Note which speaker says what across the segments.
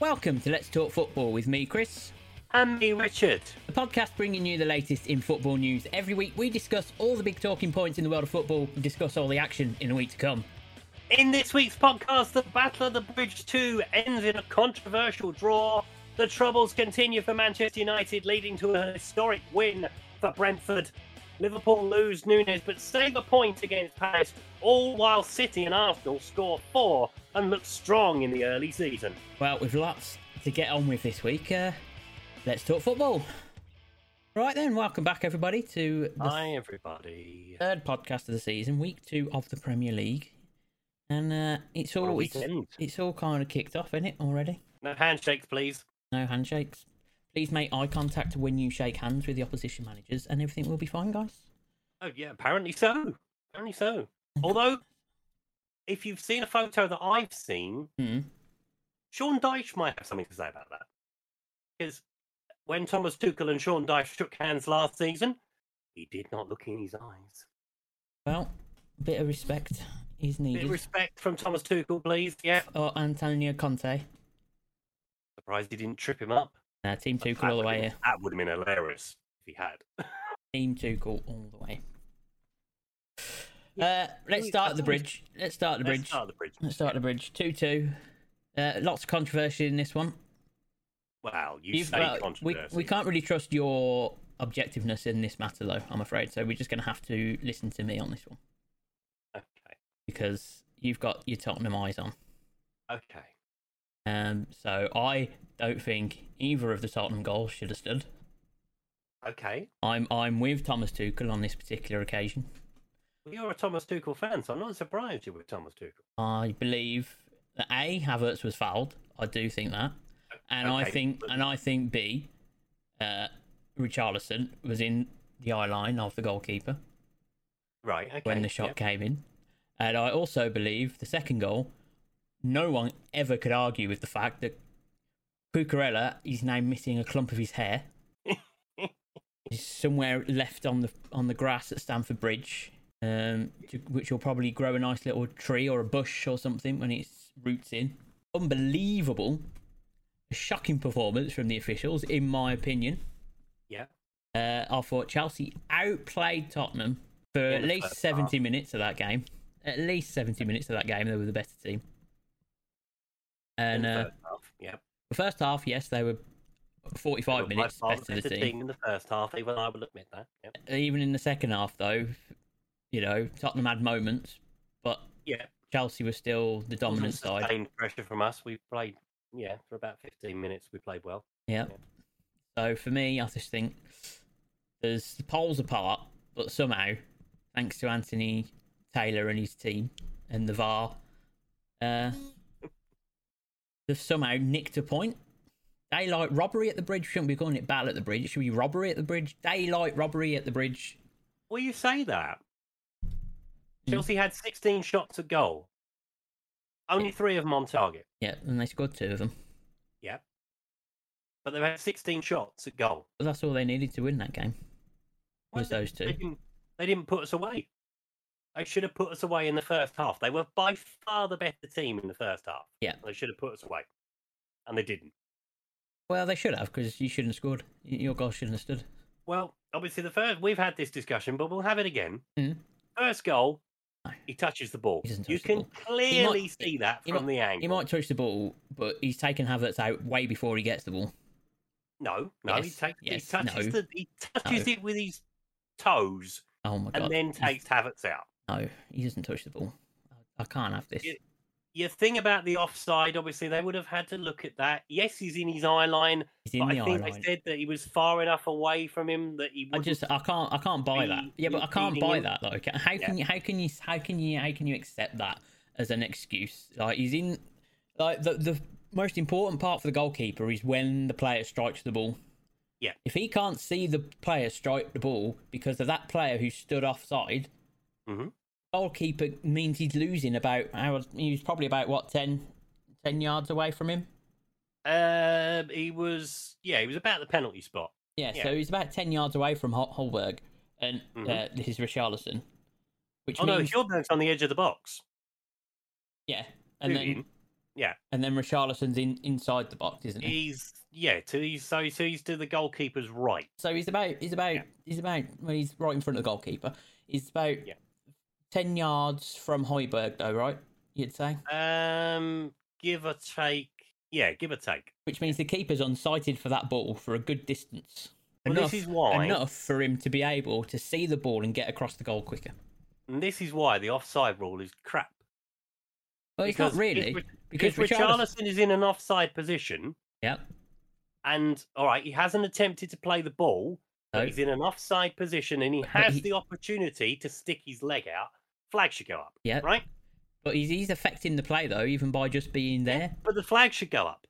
Speaker 1: Welcome to Let's Talk Football with me, Chris.
Speaker 2: And me, Richard.
Speaker 1: The podcast bringing you the latest in football news. Every week we discuss all the big talking points in the world of football and discuss all the action in the week to come.
Speaker 2: In this week's podcast, the Battle of the Bridge 2 ends in a controversial draw. The troubles continue for Manchester United, leading to a historic win for Brentford. Liverpool lose Nunes but save a point against Palace, all while City and Arsenal score four and look strong in the early season.
Speaker 1: Well, we've lots to get on with this week. Uh, let's talk football. Right then, welcome back everybody to the
Speaker 2: Hi, everybody.
Speaker 1: third podcast of the season, week two of the Premier League, and uh, it's
Speaker 2: What a
Speaker 1: all it's,
Speaker 2: weekend.
Speaker 1: it's all kind of kicked off, isn't it already?
Speaker 2: No handshakes, please.
Speaker 1: No handshakes. Please make eye contact when you shake hands with the opposition managers, and everything will be fine, guys.
Speaker 2: Oh, yeah, apparently so. Apparently so. Although, if you've seen a photo that I've seen,
Speaker 1: Hmm.
Speaker 2: Sean Dyche might have something to say about that. Because when Thomas Tuchel and Sean Dyche shook hands last season, he did not look in his eyes.
Speaker 1: Well, a bit of respect is
Speaker 2: Bit
Speaker 1: needed.
Speaker 2: of respect from Thomas Tuchel, please. Yeah.
Speaker 1: or Antonio Conte.
Speaker 2: Surprised he didn't trip him up.
Speaker 1: Nah, Team
Speaker 2: That
Speaker 1: Tuchel all the
Speaker 2: would've
Speaker 1: way
Speaker 2: been-
Speaker 1: here.
Speaker 2: That would have been hilarious if he had.
Speaker 1: Team Tuchel all the way. Uh, let's
Speaker 2: we-
Speaker 1: start at the
Speaker 2: I think-
Speaker 1: bridge. Let's start at the
Speaker 2: Let's
Speaker 1: bridge.
Speaker 2: start the bridge.
Speaker 1: Let's start at the bridge. 2 2. Uh, lots of controversy in this one.
Speaker 2: Wow, you
Speaker 1: You've-
Speaker 2: say
Speaker 1: well, we,
Speaker 2: controversy.
Speaker 1: we can't really trust your objectiveness in this matter, though, I'm afraid. So we're just going to have to listen to me on this one
Speaker 2: Okay.
Speaker 1: because you've got your Tottenham eyes on.
Speaker 2: Okay.
Speaker 1: Um, so I don't think either of the Tottenham goals should have stood.
Speaker 2: Okay.
Speaker 1: I'm I'm with Thomas Tuchel on this particular occasion.
Speaker 2: Well, you're a Thomas Tuchel fan, so I'm not surprised you were Thomas Tuchel.
Speaker 1: I believe that A Havertz was fouled. I do think that, and I
Speaker 2: Okay,
Speaker 1: think
Speaker 2: but-
Speaker 1: and I think B, uh, Richarlison was in the eye line of the goalkeeper
Speaker 2: Right. Okay.
Speaker 1: when the shot
Speaker 2: yep.
Speaker 1: came in, and I also believe the second goal. No one ever could argue with the fact that Cucurella is now missing a clump of his hair. is somewhere left on the on the grass at Stamford Bridge, um, to- which will probably grow a nice little tree or a bush or something when its roots in. Unbelievable, a shocking performance from the officials, in my opinion.
Speaker 2: Yeah.
Speaker 1: Uh, I thought Chelsea outplayed Tottenham for
Speaker 2: In
Speaker 1: at
Speaker 2: the
Speaker 1: least
Speaker 2: first
Speaker 1: 70 minutes of that game. At least 70 minutes of that game, they were the better team.
Speaker 2: in
Speaker 1: And
Speaker 2: the
Speaker 1: uh,
Speaker 2: first half, yep.
Speaker 1: the first half, yes, they were 45
Speaker 2: They were by
Speaker 1: minutes
Speaker 2: far the
Speaker 1: better the
Speaker 2: better
Speaker 1: team.
Speaker 2: in the first half. Even I will admit that. Yep.
Speaker 1: even in the second half, though, you know, Tottenham had moments, but
Speaker 2: Yeah.
Speaker 1: Chelsea was still the dominant
Speaker 2: Wasn't
Speaker 1: side.
Speaker 2: Sustained pressure from us. We played. Yeah, for about 15 minutes, we played well.
Speaker 1: Yeah. So for me, I just think there's the poles apart, but somehow, thanks to Anthony Taylor and his team and the VAR, uh, they've somehow nicked a point. Daylight robbery at the bridge shouldn't be calling it battle at the bridge. It should be robbery at the bridge. Daylight robbery at the bridge.
Speaker 2: Well, you say that. Chelsea had 16 shots at goal. Only three of them on target.
Speaker 1: Yeah, and they scored two of them.
Speaker 2: Yep. But they had 16 shots at goal.
Speaker 1: But that's all they needed to win that game.
Speaker 2: Well,
Speaker 1: was
Speaker 2: they-
Speaker 1: those two.
Speaker 2: They didn't, they didn't put us away. They should have put us away in the first half. They were by far the better team in the first half.
Speaker 1: Yeah.
Speaker 2: They should have put us away. And they didn't.
Speaker 1: Well, they should have because you shouldn't have scored. Y- Your goal shouldn't have stood.
Speaker 2: Well, obviously, the first, we've had this discussion, but we'll have it again.
Speaker 1: Mm.
Speaker 2: First goal,
Speaker 1: No.
Speaker 2: he touches the ball.
Speaker 1: He doesn't
Speaker 2: you
Speaker 1: touch the
Speaker 2: can
Speaker 1: ball.
Speaker 2: clearly
Speaker 1: might-
Speaker 2: see that
Speaker 1: he
Speaker 2: from
Speaker 1: might-
Speaker 2: the angle.
Speaker 1: He might touch the ball, but he's taken Havertz out way before he gets the ball.
Speaker 2: No, no, he,
Speaker 1: Yes,
Speaker 2: takes,
Speaker 1: yes,
Speaker 2: he touches,
Speaker 1: no,
Speaker 2: the, he touches it with his toes
Speaker 1: Oh my
Speaker 2: and
Speaker 1: god!
Speaker 2: then takes Havertz out.
Speaker 1: no, he doesn't touch the ball. I- I can't have this.
Speaker 2: Yeah. Your thing about the offside, obviously, they would have had to look at that. Yes, he's in his eye line.
Speaker 1: He's in
Speaker 2: but
Speaker 1: the
Speaker 2: I
Speaker 1: eye
Speaker 2: think
Speaker 1: line.
Speaker 2: they said that he was far enough away from him that he
Speaker 1: I
Speaker 2: wouldn't-
Speaker 1: just, I can't, I can't buy that.
Speaker 2: be
Speaker 1: Yeah, but I can't
Speaker 2: impeding
Speaker 1: buy
Speaker 2: him.
Speaker 1: that though. Ca- How can you, how can you, how can you, how can you accept that as an excuse? Like he's in, like the the most important part for the goalkeeper is when the player strikes the ball.
Speaker 2: Yeah.
Speaker 1: If he can't see the player strike the ball because of that player who stood offside,
Speaker 2: Mhm.
Speaker 1: goalkeeper means he's losing about. I was, he was probably about what 10, 10 yards away from him.
Speaker 2: Um, he was, yeah, he was about the penalty spot.
Speaker 1: Yeah,
Speaker 2: Yeah.
Speaker 1: so he's about 10 yards away from Hol- Holberg, and uh,
Speaker 2: Mhm.
Speaker 1: this is Richarlison. Which
Speaker 2: oh no,
Speaker 1: means,
Speaker 2: Hilberg's on the edge of the box.
Speaker 1: yeah, and then
Speaker 2: Shooting. Mm-hmm. Yeah.
Speaker 1: And then Richarlison's in inside the box, isn't he?
Speaker 2: He's yeah, to he's so, so he's to the goalkeeper's right.
Speaker 1: So he's about he's about
Speaker 2: Yeah.
Speaker 1: he's about well, he's right in front of the goalkeeper. He's about
Speaker 2: Yeah.
Speaker 1: ten yards from Hoiberg, though, right? You'd say,
Speaker 2: Um, give or take. Yeah, give or take.
Speaker 1: which means the keeper's unsighted for that ball for a good distance.
Speaker 2: Well, this is why.
Speaker 1: enough for him to be able to see the ball and get across the goal quicker.
Speaker 2: And this is why the offside rule is crap.
Speaker 1: Well, it's not
Speaker 2: Because if
Speaker 1: really
Speaker 2: Rich-
Speaker 1: because
Speaker 2: if
Speaker 1: Richarlison.
Speaker 2: Richarlison is in an offside position,
Speaker 1: Yeah,
Speaker 2: and all right, he hasn't attempted to play the ball. but
Speaker 1: No.
Speaker 2: He's in an offside position, and he
Speaker 1: But
Speaker 2: has
Speaker 1: he-
Speaker 2: the opportunity to stick his leg out. Flag should go up,
Speaker 1: yeah.
Speaker 2: right?
Speaker 1: But he's, he's affecting the play though, even by just being there.
Speaker 2: But the flag should go up.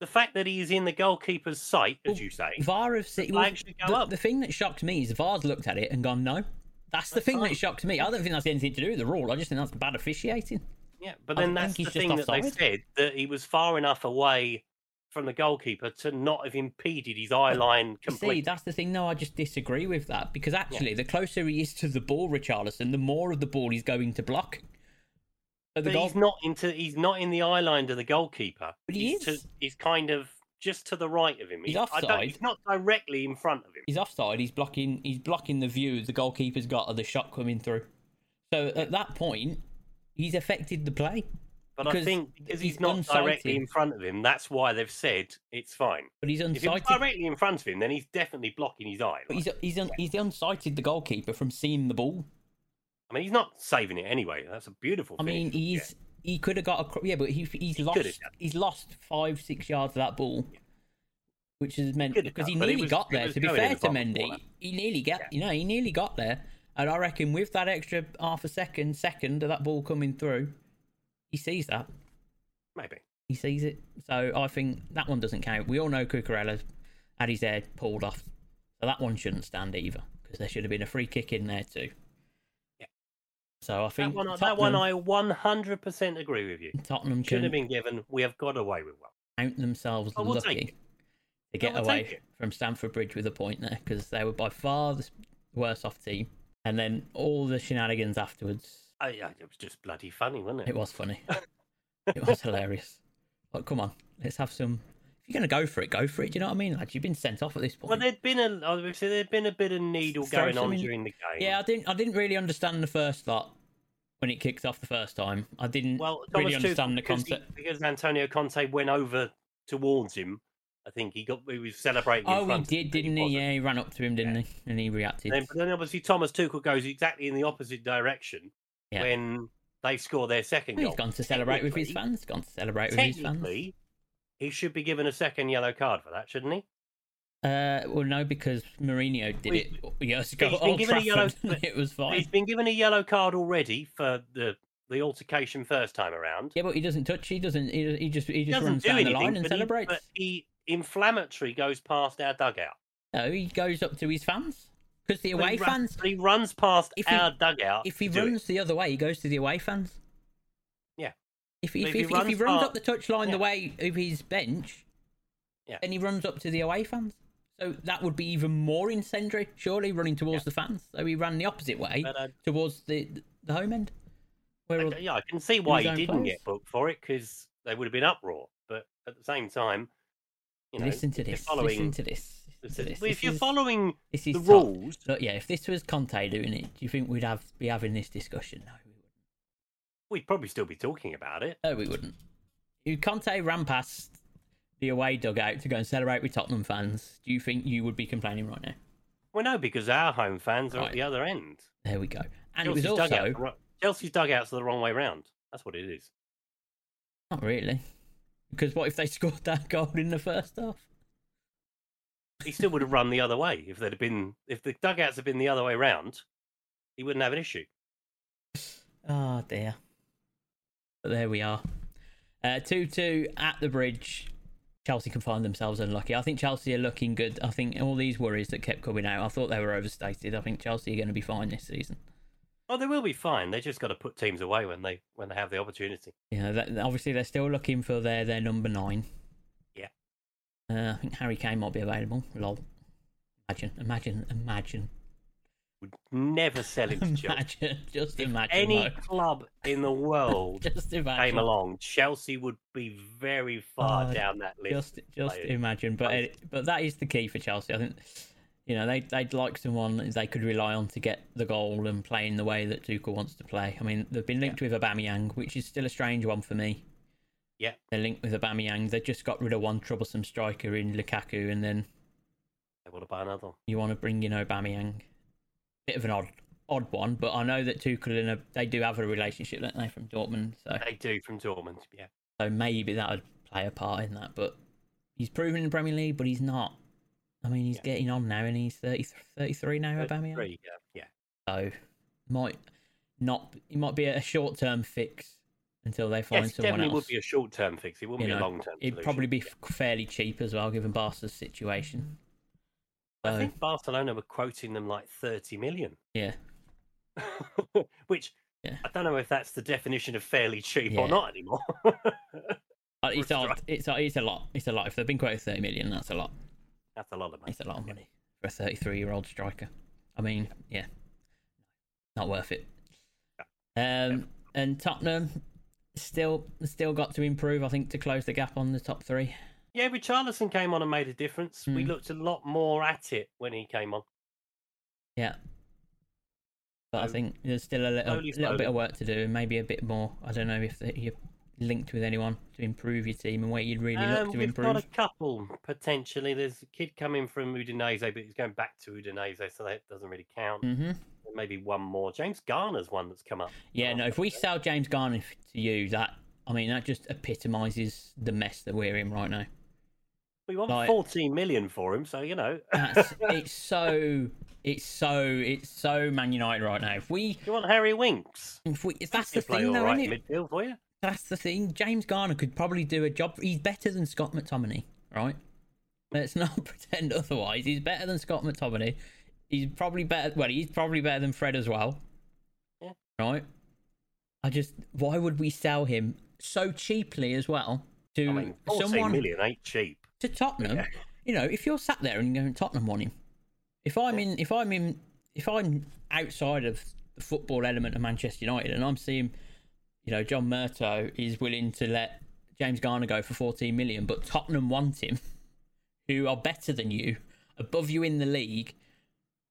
Speaker 2: The fact that he is in the goalkeeper's sight, as
Speaker 1: Well,
Speaker 2: you say,
Speaker 1: VAR have seen.
Speaker 2: flag should go
Speaker 1: the,
Speaker 2: up.
Speaker 1: the thing that shocked me is VAR's looked at it and gone, no. That's the
Speaker 2: That's
Speaker 1: thing
Speaker 2: fine.
Speaker 1: that shocked me. I don't think that's anything to do with the rule. I just think that's bad officiating.
Speaker 2: Yeah, but
Speaker 1: I
Speaker 2: then
Speaker 1: think
Speaker 2: that's the
Speaker 1: he's just
Speaker 2: thing that they
Speaker 1: offside.
Speaker 2: said that he was far enough away from the goalkeeper to not have impeded his eye line
Speaker 1: You See,
Speaker 2: completely.
Speaker 1: that's the thing. No, I just disagree with that because actually, the closer he is to the ball, Richarlison, the more of the ball he's going to block. So the
Speaker 2: But
Speaker 1: goal-
Speaker 2: he's not into he's not in the eye line to the goalkeeper.
Speaker 1: But he
Speaker 2: he's,
Speaker 1: is.
Speaker 2: To, he's kind of just to the right of him.
Speaker 1: He's
Speaker 2: He- I don't-
Speaker 1: offside.
Speaker 2: He's not directly in front of him.
Speaker 1: he's offside. He's blocking. He's blocking the view the goalkeeper's got of the shot coming through. So at that point, he's affected the play.
Speaker 2: But I
Speaker 1: because
Speaker 2: think because he's,
Speaker 1: he's
Speaker 2: not directly
Speaker 1: unsighted.
Speaker 2: in front of him, that's why they've said it's fine.
Speaker 1: But he's
Speaker 2: If he's
Speaker 1: unsighted.
Speaker 2: directly in front of him, then he's definitely blocking his eye.
Speaker 1: But
Speaker 2: line.
Speaker 1: he's he's un, he's unsighted the goalkeeper from seeing the ball.
Speaker 2: I mean, he's not saving it anyway. That's a beautiful.
Speaker 1: I mean,
Speaker 2: finish. Yeah.
Speaker 1: he's he could have got a cro- yeah, but he he's
Speaker 2: He
Speaker 1: lost
Speaker 2: could have done.
Speaker 1: he's lost five six yards of that ball, which has meant
Speaker 2: could have
Speaker 1: because he
Speaker 2: done, but it
Speaker 1: nearly
Speaker 2: was-
Speaker 1: got
Speaker 2: it
Speaker 1: there.
Speaker 2: was
Speaker 1: To be
Speaker 2: going in
Speaker 1: fair
Speaker 2: the
Speaker 1: to
Speaker 2: bottom
Speaker 1: Mendy,
Speaker 2: corner.
Speaker 1: he nearly got you know he nearly got there, and I reckon with that extra half a second second of that ball coming through, he sees that
Speaker 2: maybe.
Speaker 1: he sees it. So I think that one doesn't count. We all know Cucurella's had his head pulled off, so that one shouldn't stand either because there should have been a free kick in there too.
Speaker 2: Yeah.
Speaker 1: So I
Speaker 2: That
Speaker 1: think
Speaker 2: one, I- that
Speaker 1: Tottenham,
Speaker 2: one, I 100% agree with you.
Speaker 1: Tottenham
Speaker 2: Should
Speaker 1: can
Speaker 2: have been given. We have got away with one.
Speaker 1: count themselves
Speaker 2: I will take
Speaker 1: lucky
Speaker 2: it.
Speaker 1: to get
Speaker 2: will take
Speaker 1: away
Speaker 2: it.
Speaker 1: from Stamford Bridge with a point there because they were by far the s- worst off team. And then all the shenanigans afterwards,
Speaker 2: Oh, yeah, it was just bloody funny, wasn't
Speaker 1: it
Speaker 2: it?
Speaker 1: was funny. it was hilarious. Like, come on, let's have some. If you're going to go for it, go for it. Do you know what I mean? Like, you've been sent off at this point.
Speaker 2: Well, there'd been a obviously there'd been a bit of needle
Speaker 1: Throw
Speaker 2: going on
Speaker 1: some in-
Speaker 2: during the game.
Speaker 1: Yeah, I didn't. I didn't really understand the first lot when it kicked off the first time. I didn't
Speaker 2: Well,
Speaker 1: really
Speaker 2: Thomas Tuchel,
Speaker 1: understand the
Speaker 2: because he-
Speaker 1: concept.
Speaker 2: because Antonio Conte went over towards him. I think he got he was celebrating. in
Speaker 1: Oh, he
Speaker 2: front of
Speaker 1: did,
Speaker 2: him, but
Speaker 1: didn't he?
Speaker 2: wasn't.
Speaker 1: Yeah, he ran up to him, didn't he? And he reacted.
Speaker 2: And then, but then obviously Thomas Tuchel goes exactly in the opposite direction
Speaker 1: Yeah.
Speaker 2: when they score their second
Speaker 1: He's
Speaker 2: goal.
Speaker 1: gone to celebrate with his
Speaker 2: Technically-
Speaker 1: fans. Gone to celebrate with his fans.
Speaker 2: Technically, he should be given a second yellow card for that, shouldn't he?
Speaker 1: Uh, well, no, because Mourinho did
Speaker 2: Well,
Speaker 1: it years ago.
Speaker 2: he's
Speaker 1: at
Speaker 2: been
Speaker 1: Old
Speaker 2: given a yellow-
Speaker 1: Trafford. it was fine.
Speaker 2: He's been given a yellow card already for the the altercation first time around.
Speaker 1: Yeah, but he doesn't touch. He doesn't. He, he just. He
Speaker 2: he
Speaker 1: just
Speaker 2: doesn't
Speaker 1: runs
Speaker 2: do
Speaker 1: down
Speaker 2: anything,
Speaker 1: the line and
Speaker 2: but, he,
Speaker 1: celebrates.
Speaker 2: but he inflammatory goes past our dugout.
Speaker 1: No, he goes up to his fans because the
Speaker 2: But
Speaker 1: away
Speaker 2: he run-
Speaker 1: fans.
Speaker 2: but he runs past
Speaker 1: If he-
Speaker 2: our dugout.
Speaker 1: If he
Speaker 2: to do it.
Speaker 1: runs the other way, he goes to the away fans.
Speaker 2: Yeah.
Speaker 1: If,
Speaker 2: But
Speaker 1: if, if,
Speaker 2: if he
Speaker 1: if, he
Speaker 2: runs
Speaker 1: runs
Speaker 2: up-
Speaker 1: up the touchline
Speaker 2: yeah.
Speaker 1: the way of his bench,
Speaker 2: Yeah.
Speaker 1: then he runs up to the away fans. So that would be even more incendiary, surely, running towards the fans. So he ran the opposite way
Speaker 2: But, uh,
Speaker 1: towards the the home end. Where all-
Speaker 2: I- yeah, I can see why
Speaker 1: his
Speaker 2: he
Speaker 1: own
Speaker 2: didn't
Speaker 1: place.
Speaker 2: get booked for it because they would have been uproar. But at the same time, you know,
Speaker 1: listen to
Speaker 2: if you're
Speaker 1: this.
Speaker 2: following-
Speaker 1: Listen to this. listen to this.
Speaker 2: Well, if
Speaker 1: This
Speaker 2: you're
Speaker 1: is-
Speaker 2: following
Speaker 1: this
Speaker 2: the
Speaker 1: is tough.
Speaker 2: rules,
Speaker 1: Look, yeah, if this was Conte doing it, do you think we'd have be having this discussion? No, we wouldn't.
Speaker 2: we'd probably still be talking about it.
Speaker 1: No, we wouldn't. If Conte ran past the away dugout to go and celebrate with Tottenham fans, do you think you would be complaining right now?
Speaker 2: Well, no, because our home fans are at
Speaker 1: Right.
Speaker 2: the other end.
Speaker 1: There we go. And
Speaker 2: Chelsea's
Speaker 1: it was also
Speaker 2: dugout's the wrong- Chelsea's dugouts are the wrong way round. That's what it is.
Speaker 1: not really, because what if they scored that goal in the first half?
Speaker 2: He still would have run the other way if they'd have been if the dugouts had been the other way round. He wouldn't have an issue.
Speaker 1: Oh dear. But there we are. Uh, two two at the bridge. Chelsea can find themselves unlucky. I think Chelsea are looking good. I think all these worries that kept coming out, I thought they were overstated. I think Chelsea are going to be fine this season.
Speaker 2: Oh, they will be fine. They just got to put teams away when they when they have the opportunity.
Speaker 1: You know, that, obviously they're still looking for their their number nine.
Speaker 2: Yeah.
Speaker 1: Uh, I think Harry Kane might be available. Lol. Imagine, imagine, imagine.
Speaker 2: would never sell him to Chelsea.
Speaker 1: Imagine, just imagine.
Speaker 2: Any
Speaker 1: though.
Speaker 2: club in the world
Speaker 1: just imagine.
Speaker 2: came along, Chelsea would be very far
Speaker 1: Oh,
Speaker 2: down that list.
Speaker 1: Just, just
Speaker 2: players.
Speaker 1: imagine. But
Speaker 2: Nice.
Speaker 1: it, but that is the key for Chelsea. I think you know they they'd like someone that they could rely on to get the goal and play in the way that Tuchel wants to play. I mean, they've been linked with Aubameyang, which is still a strange one for me.
Speaker 2: Yeah.
Speaker 1: They're linked with Aubameyang. They just got rid of one troublesome striker in Lukaku, and then
Speaker 2: They want to buy another. one.
Speaker 1: you want to bring in Aubameyang. Bit of an odd, odd one, but I know that Tuchel and a, they do have a relationship, don't they, from Dortmund? So
Speaker 2: They do from Dortmund. Yeah,
Speaker 1: so maybe that would play a part in that. But he's proven in the Premier League, but he's not. I mean, he's
Speaker 2: Yeah.
Speaker 1: getting on now, and he's 30, 33 now, Aubameyang.
Speaker 2: three. Yeah,
Speaker 1: So might not. It might be a short term fix until they
Speaker 2: yeah.
Speaker 1: find
Speaker 2: Yes,
Speaker 1: someone
Speaker 2: definitely
Speaker 1: else.
Speaker 2: would be a short-term fix. It wouldn't
Speaker 1: You
Speaker 2: be
Speaker 1: know,
Speaker 2: a long-term.
Speaker 1: It'd
Speaker 2: solution.
Speaker 1: probably be f- fairly cheap as well, given Barca's situation.
Speaker 2: I
Speaker 1: So,
Speaker 2: think Barcelona were quoting them like thirty million.
Speaker 1: yeah,
Speaker 2: which
Speaker 1: Yeah.
Speaker 2: I don't know if that's the definition of fairly cheap or
Speaker 1: Yeah.
Speaker 2: not anymore.
Speaker 1: Uh, it's
Speaker 2: We're
Speaker 1: hard. It's a- it's a lot. It's a lot. If they've been quoted thirty million, that's a lot.
Speaker 2: that's a lot of money.
Speaker 1: It's a lot of money for a 33 year old striker. I mean, yeah, not worth it. Um, and Tottenham still still got to improve, I think, to close the gap on the top three.
Speaker 2: Yeah, Richarlison came on and made a difference. We
Speaker 1: Mm.
Speaker 2: looked a lot more at it when he came on.
Speaker 1: Yeah, but I
Speaker 2: So,
Speaker 1: think there's still a little,
Speaker 2: slowly,
Speaker 1: little
Speaker 2: slowly.
Speaker 1: bit of work to do, and maybe a bit more. I don't know if you're linked with anyone to improve your team and where you'd really
Speaker 2: Um,
Speaker 1: look to
Speaker 2: we've
Speaker 1: improve.
Speaker 2: got a couple potentially. There's a kid coming from Udinese, but he's going back to Udinese, so that doesn't really count.
Speaker 1: hmm
Speaker 2: And Maybe one more. James Garner's one that's come up.
Speaker 1: Yeah, no.
Speaker 2: after
Speaker 1: If we
Speaker 2: that.
Speaker 1: sell James Garner f- to you, that I mean, that just epitomises the mess that we're in right now.
Speaker 2: we want
Speaker 1: like-
Speaker 2: 14 million for him, so you know,
Speaker 1: That's it's so it's so it's so Man United right now. If we
Speaker 2: you want Harry Winks.
Speaker 1: if we if that's
Speaker 2: He'll
Speaker 1: the
Speaker 2: play
Speaker 1: thing
Speaker 2: all
Speaker 1: though,
Speaker 2: right
Speaker 1: isn't
Speaker 2: in
Speaker 1: it?
Speaker 2: midfield for you.
Speaker 1: That's the thing. James Garner could probably do a job. He's better than Scott McTominay, right? Let's not pretend otherwise. He's better than Scott McTominay. He's probably better. Well, he's probably better than Fred as well.
Speaker 2: Yeah.
Speaker 1: Right. I just why would we sell him so cheaply as well to
Speaker 2: I mean, 14
Speaker 1: someone
Speaker 2: million ain't cheap.
Speaker 1: to Tottenham,
Speaker 2: Yeah.
Speaker 1: you know, if you're sat there and going Tottenham want him, if I'm in, if I'm in, if I'm outside of the football element of Manchester United, and I'm seeing, you know, John Murto is willing to let James Garner go for 14 million, but Tottenham want him, who are better than you, above you in the league,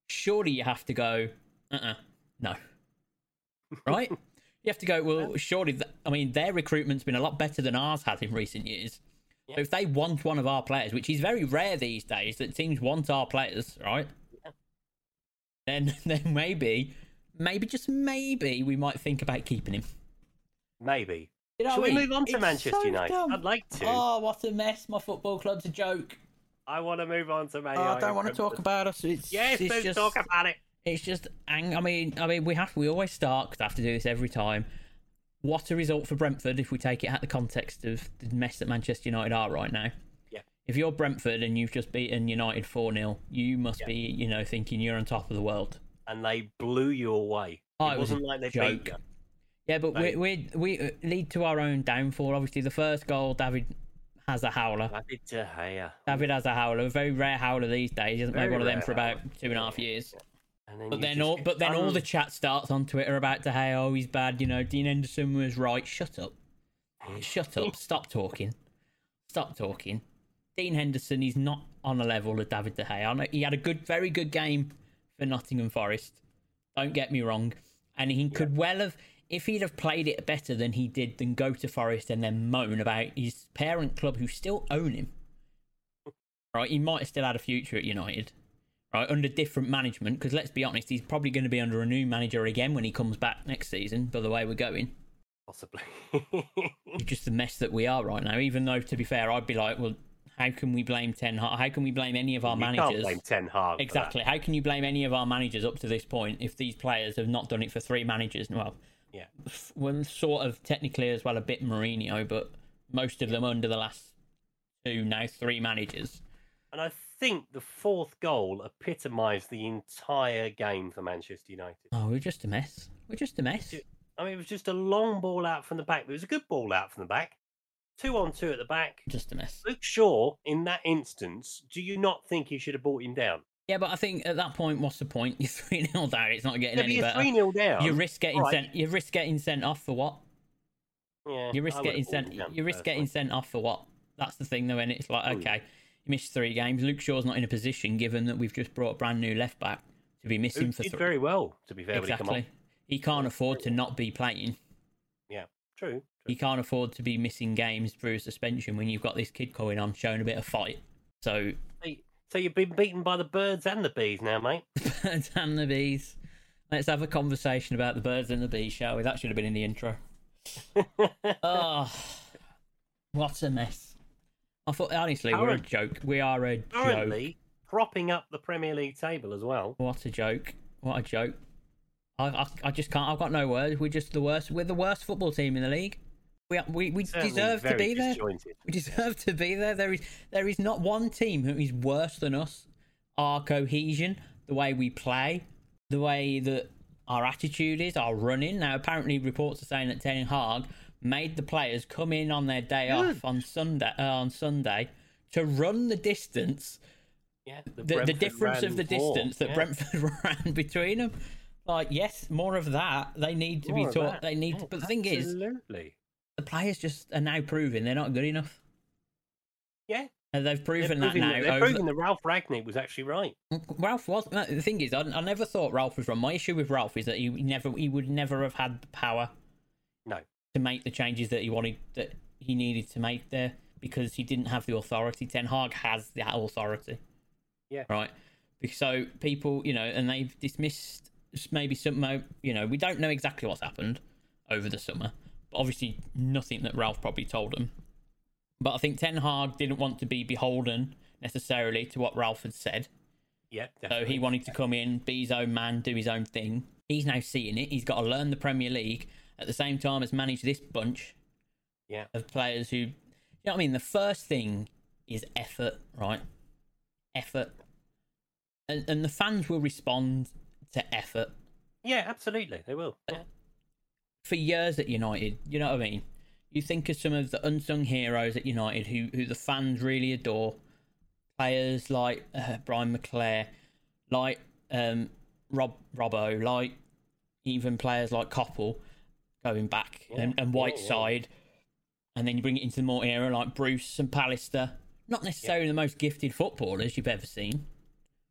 Speaker 1: surely you have to go, uh-uh, no, right? You have to go. Well, surely. Th- I mean, their recruitment's been a lot better than ours has in recent years. So if they want one of our players, which is very rare these days, that teams want our players, right? Then, then maybe, maybe just maybe we might think about keeping him.
Speaker 2: Maybe.
Speaker 1: You know
Speaker 2: Shall
Speaker 1: what I
Speaker 2: we
Speaker 1: mean?
Speaker 2: move on to
Speaker 1: It's
Speaker 2: Manchester
Speaker 1: so
Speaker 2: United?
Speaker 1: dumb.
Speaker 2: I'd like to.
Speaker 1: Oh, what a mess! My football club's a joke.
Speaker 2: I want to move on to Man
Speaker 1: Oh, I
Speaker 2: United.
Speaker 1: don't want to talk about us. It's,
Speaker 2: Yes,
Speaker 1: it's
Speaker 2: do
Speaker 1: just,
Speaker 2: talk about it.
Speaker 1: It's just, ang- I mean, I mean, we have we always start 'cause I have to do this every time. What a result for Brentford if we take it out the context of the mess that Manchester United are right now.
Speaker 2: Yeah.
Speaker 1: If you're Brentford and you've just beaten United four 0 you must be, you know, thinking you're on top of the world.
Speaker 2: And they blew you away.
Speaker 1: Oh,
Speaker 2: it,
Speaker 1: it was a
Speaker 2: wasn't like they beat
Speaker 1: joke.
Speaker 2: you.
Speaker 1: Yeah, but we
Speaker 2: Mate.
Speaker 1: we we uh, lead to our own downfall. Obviously, the first goal, David has a howler.
Speaker 2: David De Gea.
Speaker 1: David has a howler, a very rare howler these days. He hasn't made
Speaker 2: Very
Speaker 1: one of them
Speaker 2: rare
Speaker 1: for about
Speaker 2: howler.
Speaker 1: two and a half years.
Speaker 2: And then
Speaker 1: But
Speaker 2: you
Speaker 1: then
Speaker 2: just
Speaker 1: all,
Speaker 2: get
Speaker 1: but then all the
Speaker 2: done.
Speaker 1: chat starts on Twitter about De Gea. Oh, he's bad. You know, Dean Henderson was right. Shut up. Shut up. Stop talking. Stop talking. Dean Henderson, he's not on a level of David De Gea. I know he had a good, very good game for Nottingham Forest. Don't get me wrong. And he could well have, if he'd have played it better than he did, then go to Forest and then moan about his parent club who still own him. Right, he might have still had a future at United right, under different management. Because let's be honest, he's probably going to be under a new manager again when he comes back next season. By the way, we're going.
Speaker 2: possibly.
Speaker 1: It's just the mess that we are right now. Even though, to be fair, I'd be like, well, how can we blame Ten Hag? How can we blame any of our
Speaker 2: you
Speaker 1: managers?
Speaker 2: can't blame Ten Hag.
Speaker 1: exactly. How can you blame any of our managers up to this point if these players have not done it for three managers? Well,
Speaker 2: For that.
Speaker 1: f- well, sort of technically as well a bit Mourinho, but most of them under the last two now three managers.
Speaker 2: Yeah. And I think the fourth goal epitomised the entire game for Manchester United.
Speaker 1: Oh, we're just a mess. We're just a mess.
Speaker 2: Ju- I mean, it was just a long ball out from the back. But it was a good ball out from the back. Two on two at the back.
Speaker 1: Just a mess.
Speaker 2: Luke Shaw, in that instance, do you not think he should have brought him down?
Speaker 1: Yeah, but I think at that point, what's the point? You're three 0 down. It's not getting
Speaker 2: Yeah, but
Speaker 1: any
Speaker 2: you're
Speaker 1: better.
Speaker 2: three 0 down.
Speaker 1: You risk getting
Speaker 2: Right.
Speaker 1: sent. You risk getting sent off for what?
Speaker 2: yeah,
Speaker 1: You risk
Speaker 2: I would've
Speaker 1: getting
Speaker 2: bought
Speaker 1: sent.
Speaker 2: them
Speaker 1: You risk
Speaker 2: first
Speaker 1: getting
Speaker 2: one.
Speaker 1: sent off for what? That's the thing, though. And it's like,
Speaker 2: Oh, yeah.
Speaker 1: okay, you missed three games. Luke Shaw's not in a position, given that we've just brought a brand new left back to be
Speaker 2: Who
Speaker 1: missing for
Speaker 2: did
Speaker 1: three.
Speaker 2: very well, to be fair. When he come
Speaker 1: Exactly. He can't afford to not be playing.
Speaker 2: on. True.
Speaker 1: He can't afford to be missing games through suspension when you've got this kid going on showing a bit of fight. So
Speaker 2: Hey, So you've been beaten by the birds and the bees now, mate.
Speaker 1: birds and the bees. Let's have a conversation about the birds and the bees, shall we? That should have been in the intro. oh, what a mess! I thought honestly, we're a
Speaker 2: Current-
Speaker 1: joke. We are a joke.
Speaker 2: Currently propping up the Premier League table as well.
Speaker 1: What a joke! What a joke! I, I, I just can't. I've got no words. We're just the worst. We're the worst football team in the league. We are- we we
Speaker 2: Certainly
Speaker 1: deserve to
Speaker 2: very
Speaker 1: be there.
Speaker 2: disjointed.
Speaker 1: We deserve to be there. There is there is not one team who is worse than us. Our cohesion, the way we play, the way that our attitude is, our running. Now, apparently, reports are saying that Ten Hag made the players come in on their
Speaker 2: Hmm.
Speaker 1: day off on Sunday uh, on Sunday to run the distance,
Speaker 2: Yeah,
Speaker 1: the, the
Speaker 2: Brentford
Speaker 1: difference
Speaker 2: ran
Speaker 1: of the
Speaker 2: more.
Speaker 1: distance that
Speaker 2: Yeah.
Speaker 1: Brentford ran between them. Like, yes, more of that. They need to
Speaker 2: More
Speaker 1: be
Speaker 2: of
Speaker 1: taught.
Speaker 2: that. Oh,
Speaker 1: They need.
Speaker 2: Yeah,
Speaker 1: but the thing is,
Speaker 2: absolutely.
Speaker 1: the players just are now proving they're not good enough.
Speaker 2: Yeah,
Speaker 1: And they've
Speaker 2: they're
Speaker 1: proven that
Speaker 2: proving,
Speaker 1: now.
Speaker 2: they're
Speaker 1: over-
Speaker 2: proving that Ralph Ragnick was actually right.
Speaker 1: Ralph was no, the thing is, I, I never thought Ralph was wrong. My issue with Ralph is that he never, he would never have had the power
Speaker 2: No,
Speaker 1: to make the changes that he wanted, that he needed to make there because he didn't have the authority. Ten Hag has that authority.
Speaker 2: Yeah.
Speaker 1: Right. Be- So people, you know, and they've dismissed s- maybe some, mo- you know, we don't know exactly what's happened over the summer. But obviously, nothing that Ralph probably told them. But I think Ten Hag didn't want to be beholden necessarily to what Ralph had said.
Speaker 2: yeah,
Speaker 1: So
Speaker 2: definitely.
Speaker 1: he wanted to come in, be his own man, do his own thing. He's now seeing it. He's got to learn the Premier League at the same time as manage this bunch
Speaker 2: Yeah.
Speaker 1: of players who, you know what I mean? The first thing is effort, right? Effort. And, and the fans will respond to effort.
Speaker 2: Yeah, absolutely, they will. Yeah.
Speaker 1: For years at United, you know what I mean? You think of some of the unsung heroes at United who, who the fans really adore. Players like uh, Brian McClare, like um, Rob Robbo, like even players like Coppell going back
Speaker 2: Yeah,
Speaker 1: and, and
Speaker 2: yeah, yeah.
Speaker 1: Whiteside, and then you bring it into the more era like Bruce and Pallister. Not necessarily the most gifted footballers you've ever seen,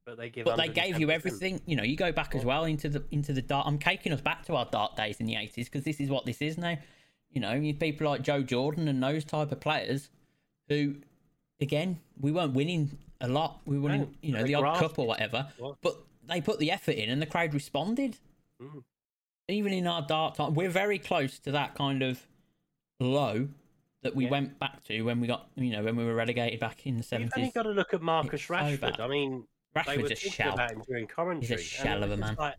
Speaker 2: But they give.
Speaker 1: but they gave you
Speaker 2: 110%.
Speaker 1: everything. You know, you go back as well into the into the dark. I'm taking us back to our dark days in the eighties because this is what this is now. You know, you people like Joe Jordan and those type of players, who, again, we weren't winning a lot. We were,
Speaker 2: No,
Speaker 1: in, you know,
Speaker 2: they
Speaker 1: the odd
Speaker 2: grasped
Speaker 1: cup or whatever.
Speaker 2: Yeah.
Speaker 1: But they put the effort in, and the crowd responded.
Speaker 2: Mm.
Speaker 1: Even in our dark time, we're very close to that kind of low that we
Speaker 2: Yeah.
Speaker 1: went back to when we got, you know, when we were relegated back in the
Speaker 2: You've only
Speaker 1: seventies.
Speaker 2: got to look at Marcus
Speaker 1: It's so
Speaker 2: Rashford.
Speaker 1: bad.
Speaker 2: I mean, they were
Speaker 1: Rashford's a
Speaker 2: thinking
Speaker 1: shell.
Speaker 2: about him during commentary. and it
Speaker 1: shell of
Speaker 2: was
Speaker 1: a
Speaker 2: just
Speaker 1: man.
Speaker 2: like,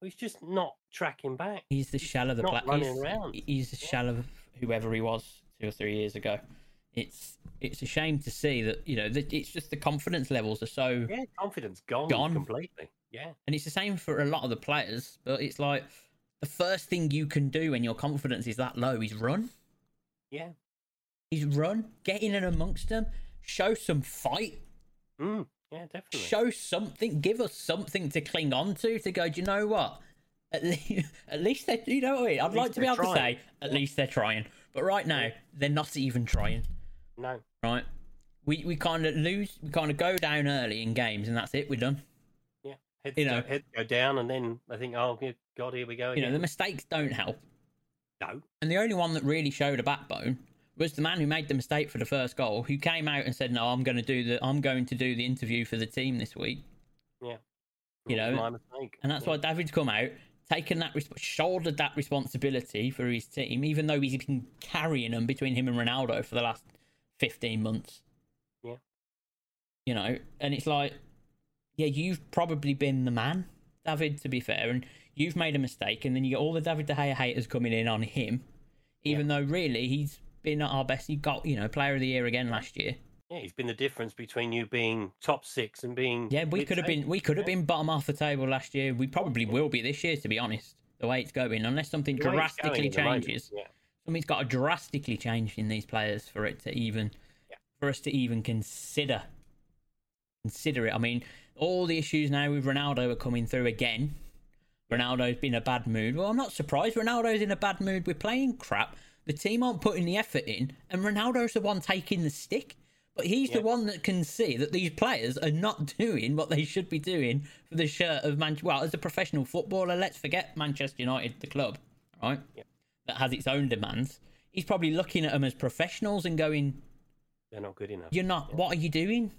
Speaker 2: he's just not tracking back.
Speaker 1: He's the shell of the
Speaker 2: not
Speaker 1: pla-
Speaker 2: running around.
Speaker 1: He's, he's the shell of whoever he was two or three years ago. It's it's a shame to see that you know that it's just the confidence levels are so,
Speaker 2: Yeah, confidence gone,
Speaker 1: Gone.
Speaker 2: completely. Yeah,
Speaker 1: and it's the same for a lot of the players. But it's like the first thing you can do when your confidence is that low is run.
Speaker 2: yeah.
Speaker 1: Is run, get in and amongst them, show some fight,
Speaker 2: Mm, yeah, definitely.
Speaker 1: show something, give us something to cling on to to go. Do you know what? At least, at least they, you know what I mean? I'd
Speaker 2: least
Speaker 1: like to be
Speaker 2: they're
Speaker 1: able to
Speaker 2: trying.
Speaker 1: say, at least they're trying. But right now, they're not even trying.
Speaker 2: No,
Speaker 1: Right? We we kind of lose, we kind of go down early in games, and that's it. We're done.
Speaker 2: yeah. Heads,
Speaker 1: You
Speaker 2: go,
Speaker 1: know.
Speaker 2: heads go down, and then I think, oh good God, here we go
Speaker 1: You know,
Speaker 2: again.
Speaker 1: the mistakes don't help.
Speaker 2: no,
Speaker 1: And the only one that really showed a backbone was the man who made the mistake for the first goal, who came out and said, "No, I'm going to do the, I'm going to do the interview for the team this week."
Speaker 2: yeah.
Speaker 1: You
Speaker 2: That was
Speaker 1: know,
Speaker 2: my mistake.
Speaker 1: And that's why David's come out, taken that, resp- shouldered that responsibility for his team, even though he's been carrying them between him and Ronaldo for the last 15 months.
Speaker 2: Yeah.
Speaker 1: You know, and it's like, yeah, you've probably been the man, David, to be fair, and you've made a mistake, and then you get all the David De Gea haters coming in on him, even though really he's been at our best. He got, you know, player of the year again last year.
Speaker 2: Yeah, he's been the difference between you being top six and being.
Speaker 1: Yeah, we could have
Speaker 2: mid-table.
Speaker 1: been we could have been bottom half the table last year. We probably will be this year, to be honest. The way it's going, unless something
Speaker 2: The way it's going
Speaker 1: drastically
Speaker 2: at the moment,
Speaker 1: changes,
Speaker 2: Yeah.
Speaker 1: something's got to drastically change in these players for it to even for us to even consider consider it. I mean, all the issues now with Ronaldo are coming through again. Ronaldo's been in a bad mood. Well, I'm not surprised. Ronaldo's in a bad mood. We're playing crap. The team aren't putting the effort in, and Ronaldo's the one taking the stick. But he's the
Speaker 2: Yeah.
Speaker 1: one that can see that these players are not doing what they should be doing for the shirt of Manchester. Well, as a professional footballer, let's forget Manchester United, the club, right?
Speaker 2: Yeah.
Speaker 1: That has its own demands. He's probably looking at them as professionals and going,
Speaker 2: They're not good enough.
Speaker 1: you're not what are you doing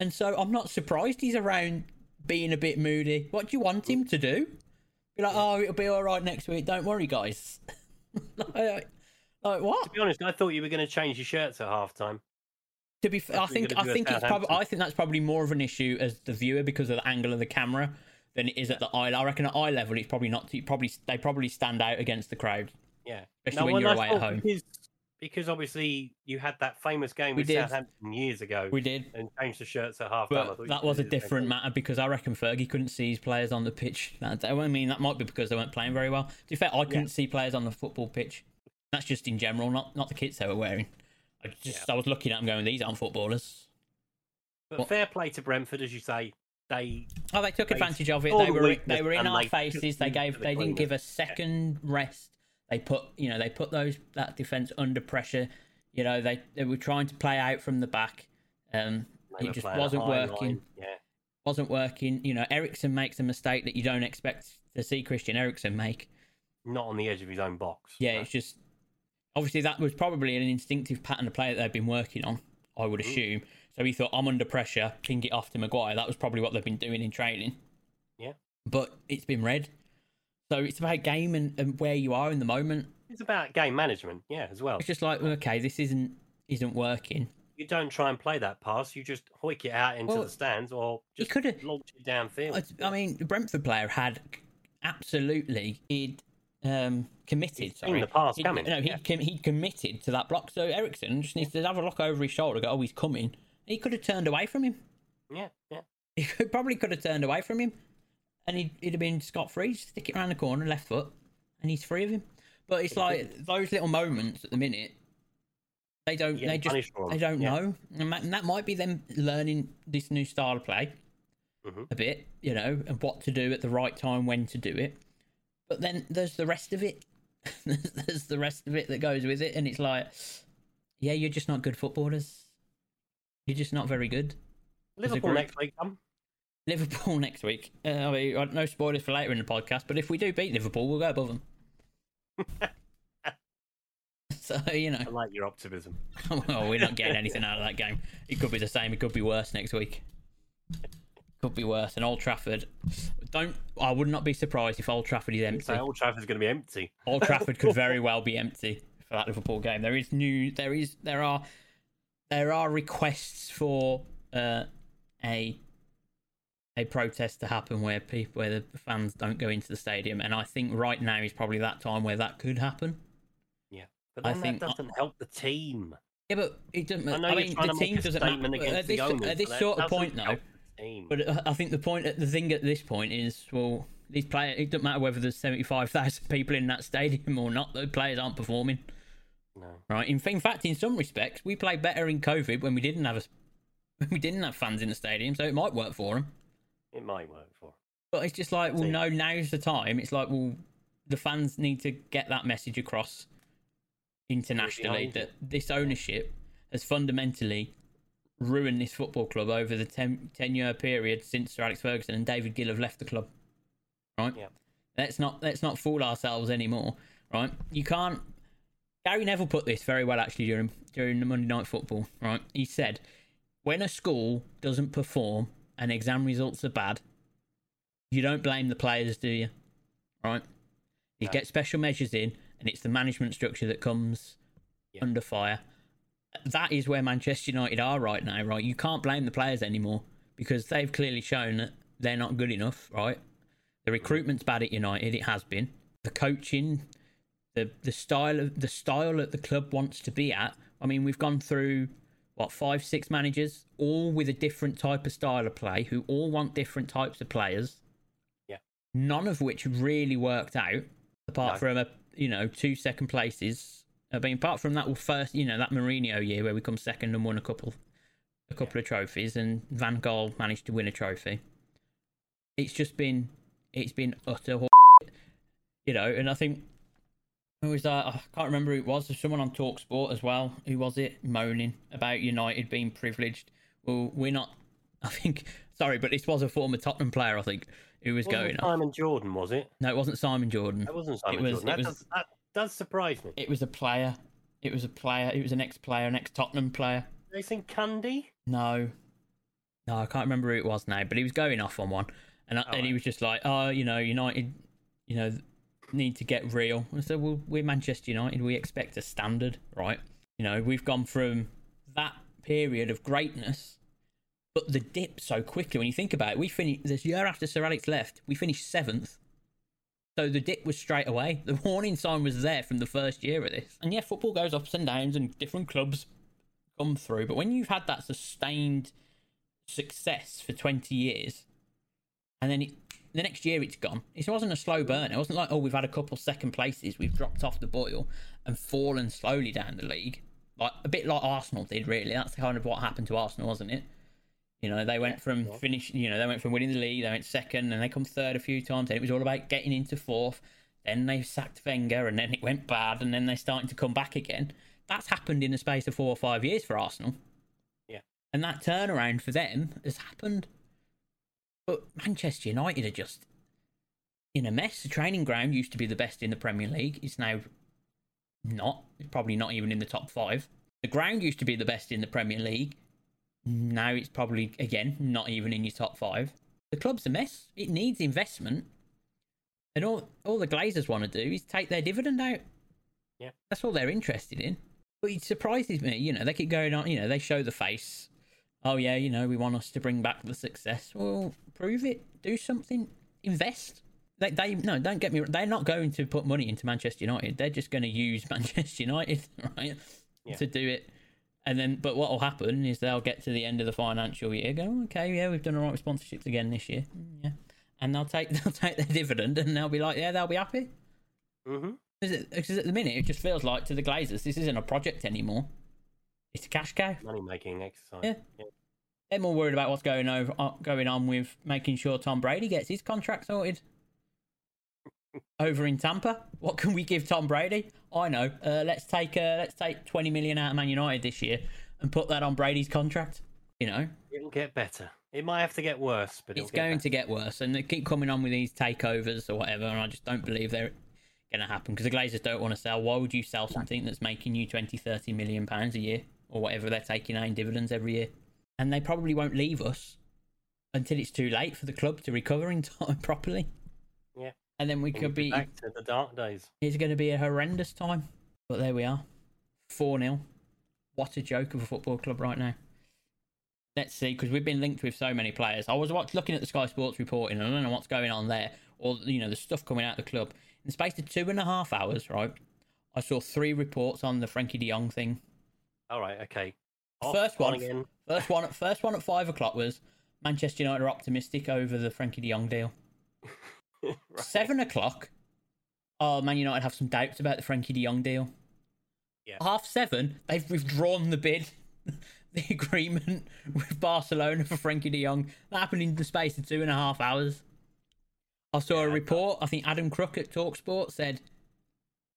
Speaker 1: and so i'm not surprised he's around being a bit moody what do you want him to do be like oh it'll be all right next week don't worry guys like, like, what
Speaker 2: To be honest, I thought you were going to change your shirts at half time.
Speaker 1: to be fair, i
Speaker 2: That's what
Speaker 1: think
Speaker 2: you're gonna
Speaker 1: i
Speaker 2: do at
Speaker 1: think it's probably
Speaker 2: Southampton.
Speaker 1: i think that's probably more of an issue as the viewer because of the angle of the camera than it is at the eye i reckon at eye level it's probably not too, probably they probably stand out against the crowd
Speaker 2: Yeah.
Speaker 1: Especially when
Speaker 2: and
Speaker 1: you're
Speaker 2: I
Speaker 1: away at
Speaker 2: thought
Speaker 1: home.
Speaker 2: Because, because obviously you had that famous game
Speaker 1: We
Speaker 2: with
Speaker 1: did.
Speaker 2: Southampton years ago
Speaker 1: we did
Speaker 2: and changed the shirts at half time. I
Speaker 1: But
Speaker 2: thought you
Speaker 1: that
Speaker 2: were
Speaker 1: was a
Speaker 2: gonna do the same
Speaker 1: different
Speaker 2: thing.
Speaker 1: matter because I reckon Fergie couldn't see his players on the pitch that day. Well, I mean, that might be because they weren't playing very well. To be fair, I couldn't see players on the football pitch. That's just in general, not not the kits they were wearing. I just I was looking at them going, these aren't footballers.
Speaker 2: But
Speaker 1: What-
Speaker 2: fair play to Brentford, as you say. They
Speaker 1: Oh, they took
Speaker 2: They
Speaker 1: advantage of it.
Speaker 2: saw
Speaker 1: They
Speaker 2: the
Speaker 1: were
Speaker 2: weakness
Speaker 1: they were in
Speaker 2: and
Speaker 1: our
Speaker 2: they
Speaker 1: faces.
Speaker 2: took
Speaker 1: They
Speaker 2: them
Speaker 1: gave
Speaker 2: to the
Speaker 1: they didn't give a
Speaker 2: corners. Yeah.
Speaker 1: second rest. They put you know they put those that defense under pressure. You know they they were trying to play out from the back. Um,
Speaker 2: they were
Speaker 1: it just
Speaker 2: playing a
Speaker 1: wasn't
Speaker 2: high
Speaker 1: working.
Speaker 2: line, Yeah.
Speaker 1: wasn't working. You know, Ericsson makes a mistake that you don't expect to see Christian Ericsson make.
Speaker 2: Not on the edge of his own box.
Speaker 1: Yeah, it's just obviously that was probably an instinctive pattern of play that they've been working on, I would assume. So he thought, I'm under pressure, ping it off to Maguire. That was probably what they've been doing in training.
Speaker 2: Yeah.
Speaker 1: But it's been red. So it's about game and, and where you are in the moment.
Speaker 2: It's about game management, yeah, as well.
Speaker 1: It's just like, well, okay, this isn't isn't working.
Speaker 2: You don't try and play that pass. You just hoik it out into
Speaker 1: Well,
Speaker 2: the stands or
Speaker 1: you
Speaker 2: just
Speaker 1: could've-
Speaker 2: launch it downfield.
Speaker 1: I, I mean, the Brentford player had absolutely he'd um, committed.
Speaker 2: seen
Speaker 1: sorry.
Speaker 2: the pass
Speaker 1: He'd-
Speaker 2: coming,
Speaker 1: No, he
Speaker 2: yeah.
Speaker 1: com- he committed to that block. So Ericsson just needs to have a look over his shoulder. Go, oh, he's coming. He could have turned away from him.
Speaker 2: yeah, yeah.
Speaker 1: He could, probably could have turned away from him, and he'd, he'd have been scot free. Stick it around the corner, left foot, and he's free of him. But it's like those little moments at the minute. They don't.
Speaker 2: Yeah,
Speaker 1: They just.
Speaker 2: punished for 'em.
Speaker 1: They don't
Speaker 2: Yeah.
Speaker 1: know, and that, and that might be them learning this new style of play
Speaker 2: Mhm.
Speaker 1: a bit, you know, and what to do at the right time, when to do it. But then there's the rest of it. there's the rest of it that goes with it, and it's like, yeah, you're just not good footballers. You're just not very good.
Speaker 2: Liverpool
Speaker 1: group.
Speaker 2: next week. Um,
Speaker 1: Liverpool next week. Uh, I mean, I- no spoilers for later in the podcast, but if we do beat Liverpool, we'll go above them. so you
Speaker 2: I
Speaker 1: know,
Speaker 2: like your optimism.
Speaker 1: well, Oh, we're not getting anything out of that game. It could be the same. It could be worse next week. Could be worse. And Old Trafford, don't. I would not be surprised if Old Trafford is empty.
Speaker 2: So Old Trafford's going to be empty.
Speaker 1: Old Trafford could very well be empty for that Liverpool game. There is new. There is. There are. There are requests for uh, a a protest to happen where people where the fans don't go into the stadium, and I think right now is probably that time where that could happen.
Speaker 2: But
Speaker 1: I
Speaker 2: then
Speaker 1: think-
Speaker 2: that doesn't help the team.
Speaker 1: Yeah, but it doesn't.
Speaker 2: I
Speaker 1: I,
Speaker 2: know you're
Speaker 1: mean,
Speaker 2: trying
Speaker 1: the
Speaker 2: to
Speaker 1: team
Speaker 2: make a
Speaker 1: doesn't
Speaker 2: statement
Speaker 1: matter.
Speaker 2: against
Speaker 1: At this,
Speaker 2: the owners,
Speaker 1: at this
Speaker 2: but that
Speaker 1: sort of
Speaker 2: doesn't
Speaker 1: point, though,
Speaker 2: help the team.
Speaker 1: But I- I think the point, the thing at this point is, well, these players. It doesn't matter whether there's seventy-five thousand people in that stadium or not. The players aren't performing,
Speaker 2: no.
Speaker 1: right? In, in fact, in some respects, we played better in COVID when we didn't have a, when we didn't have fans in the stadium, so it might work for them.
Speaker 2: It might work for.
Speaker 1: But it's just like, well,
Speaker 2: See.
Speaker 1: no, now's the time. It's like, well, the fans need to get that message across internationally
Speaker 2: behind
Speaker 1: that this ownership has fundamentally ruined this football club over the 10, 10 year period since Sir Alex Ferguson and David Gill have left the club. Right?
Speaker 2: Yeah.
Speaker 1: Let's not let's not fool ourselves anymore. Right? You can't Gary Neville put this very well actually during during the Monday night football, right? He said, When a school doesn't perform and exam results are bad, you don't blame the players, do you? Right? You get special measures in, and it's the management structure that comes
Speaker 2: Yeah.
Speaker 1: under fire. That is where Manchester United are right now, right? You can't blame the players anymore because they've clearly shown that they're not good enough, right? The recruitment's bad at United, it has been. The coaching, the the style of the style that the club wants to be at. I mean, we've gone through what five, six managers, all with a different type of style of play, who all want different types of players none of which really worked out apart
Speaker 2: No.
Speaker 1: from a you know two second places i mean apart from that first you know that Mourinho year where we come second and won a couple a couple of trophies, and Van Gaal managed to win a trophy. It's just been, it's been utter, hor- you know. And I think who was that? I can't remember who it was. There's someone on Talksport as well. Who was it? Moaning about United being privileged. Well, we're not. I think. Sorry, but this was a former Tottenham player. I think who was
Speaker 2: Wasn't
Speaker 1: going. off.
Speaker 2: Simon Jordan, was it?
Speaker 1: No, it wasn't Simon Jordan.
Speaker 2: That wasn't Simon
Speaker 1: was-
Speaker 2: Jordan.
Speaker 1: it
Speaker 2: That,
Speaker 1: was-
Speaker 2: does, that does surprise me.
Speaker 1: It was a player. It was a player. It was an ex-player, an ex-Tottenham player.
Speaker 2: Jason Cundy?
Speaker 1: No, no, I can't remember who it was now, but he was going off on one, and I and he
Speaker 2: right.
Speaker 1: was just like, "Oh, you know, United, you know, need to get real." And I said, "Well, we're Manchester United. We expect a standard, right? You know, we've gone from that period of greatness." But the dip so quickly when you think about it, we finished this year after Sir Alex left, we finished seventh. So the dip was straight away. The warning sign was there from the first year of this. And yeah, football goes ups and downs and different clubs come through. But when you've had that sustained success for 20 years and then it, the next year it's gone, it wasn't a slow burn. It wasn't like, oh, we've had a couple second places, we've dropped off the boil and fallen slowly down the league. Like a bit like Arsenal did, really. That's kind of what happened to Arsenal, wasn't it? You know, they went from finish. You know, they went from winning the league. They went second, and they come third a few times. And it was all about getting into fourth. Then they sacked Wenger, and then it went bad. And then they're starting to come back again. That's happened in the space of four or five years for Arsenal.
Speaker 2: Yeah.
Speaker 1: and that turnaround for them has happened. But Manchester United are just in a mess. The training ground used to be the best in the Premier League. It's now not. It's probably not even in the top five. The ground used to be the best in the Premier League. Now it's probably, again, not even in your top five. The club's a mess. It needs investment. And all, all the Glazers want to do is take their dividend out.
Speaker 2: Yeah.
Speaker 1: That's all they're interested in. But it surprises me, you know, they keep going on, you know, they show the face. Oh, yeah, you know, we want us to bring back the success. Well, prove it. Do something. Invest. They, they no, don't get me. wrong, They're not going to put money into Manchester United. They're just going to use Manchester United, right,
Speaker 2: Yeah.
Speaker 1: to do it. And then, but what will happen is they'll get to the end of the financial year, go, "Oh, okay, yeah, we've done all right with sponsorships again this year, Mm, yeah, and they'll take they'll take their dividend and they'll be like, yeah, they'll be happy.
Speaker 2: Mm-hmm.
Speaker 1: Is it- Because at the minute, it just feels like to the Glazers, this isn't a project anymore. It's a cash cow.
Speaker 2: Money making exercise.
Speaker 1: Yeah. They're more worried about what's going over uh, going on with making sure Tom Brady gets his contract sorted. Over in Tampa, what can we give Tom Brady? I know. Uh, let's take uh, let's take twenty million out of Man United this year and put that on Brady's contract. You know,
Speaker 2: It'll get better. It might have to get worse, but it'll
Speaker 1: it's
Speaker 2: get
Speaker 1: going
Speaker 2: better.
Speaker 1: to get worse, and they keep coming on with these takeovers or whatever, and I just don't believe they're going to happen because the Glazers don't want to sell. Why would you sell something that's making you 20, 30 million pounds a year or whatever they're taking out in dividends every year? And they probably won't leave us until it's too late for the club to recover in time properly.
Speaker 2: Yeah.
Speaker 1: And then we
Speaker 2: We'll
Speaker 1: could
Speaker 2: be
Speaker 1: be,
Speaker 2: back to the dark days.
Speaker 1: it's going to be a horrendous time. But there we are 4 0. What a joke of a football club right now. Let's see, because we've been linked with so many players. I was watch, looking at the Sky Sports reporting, and I don't know what's going on there, or you know the stuff coming out of the club. In the space of two and a half hours, right? I saw three reports on the Frankie De Jong thing.
Speaker 2: All right, okay.
Speaker 1: First
Speaker 2: on
Speaker 1: one.
Speaker 2: again.
Speaker 1: First one, first one at five o'clock was Manchester United are optimistic over the Frankie De Jong deal. Seven o'clock, oh Man United have some doubts about the Frankie De Jong deal.
Speaker 2: Yeah.
Speaker 1: Half seven, they've withdrawn the bid, the agreement with Barcelona for Frankie De Jong. That happened in the space of two and a half hours. I saw a report. I think Adam Crook at Talksport said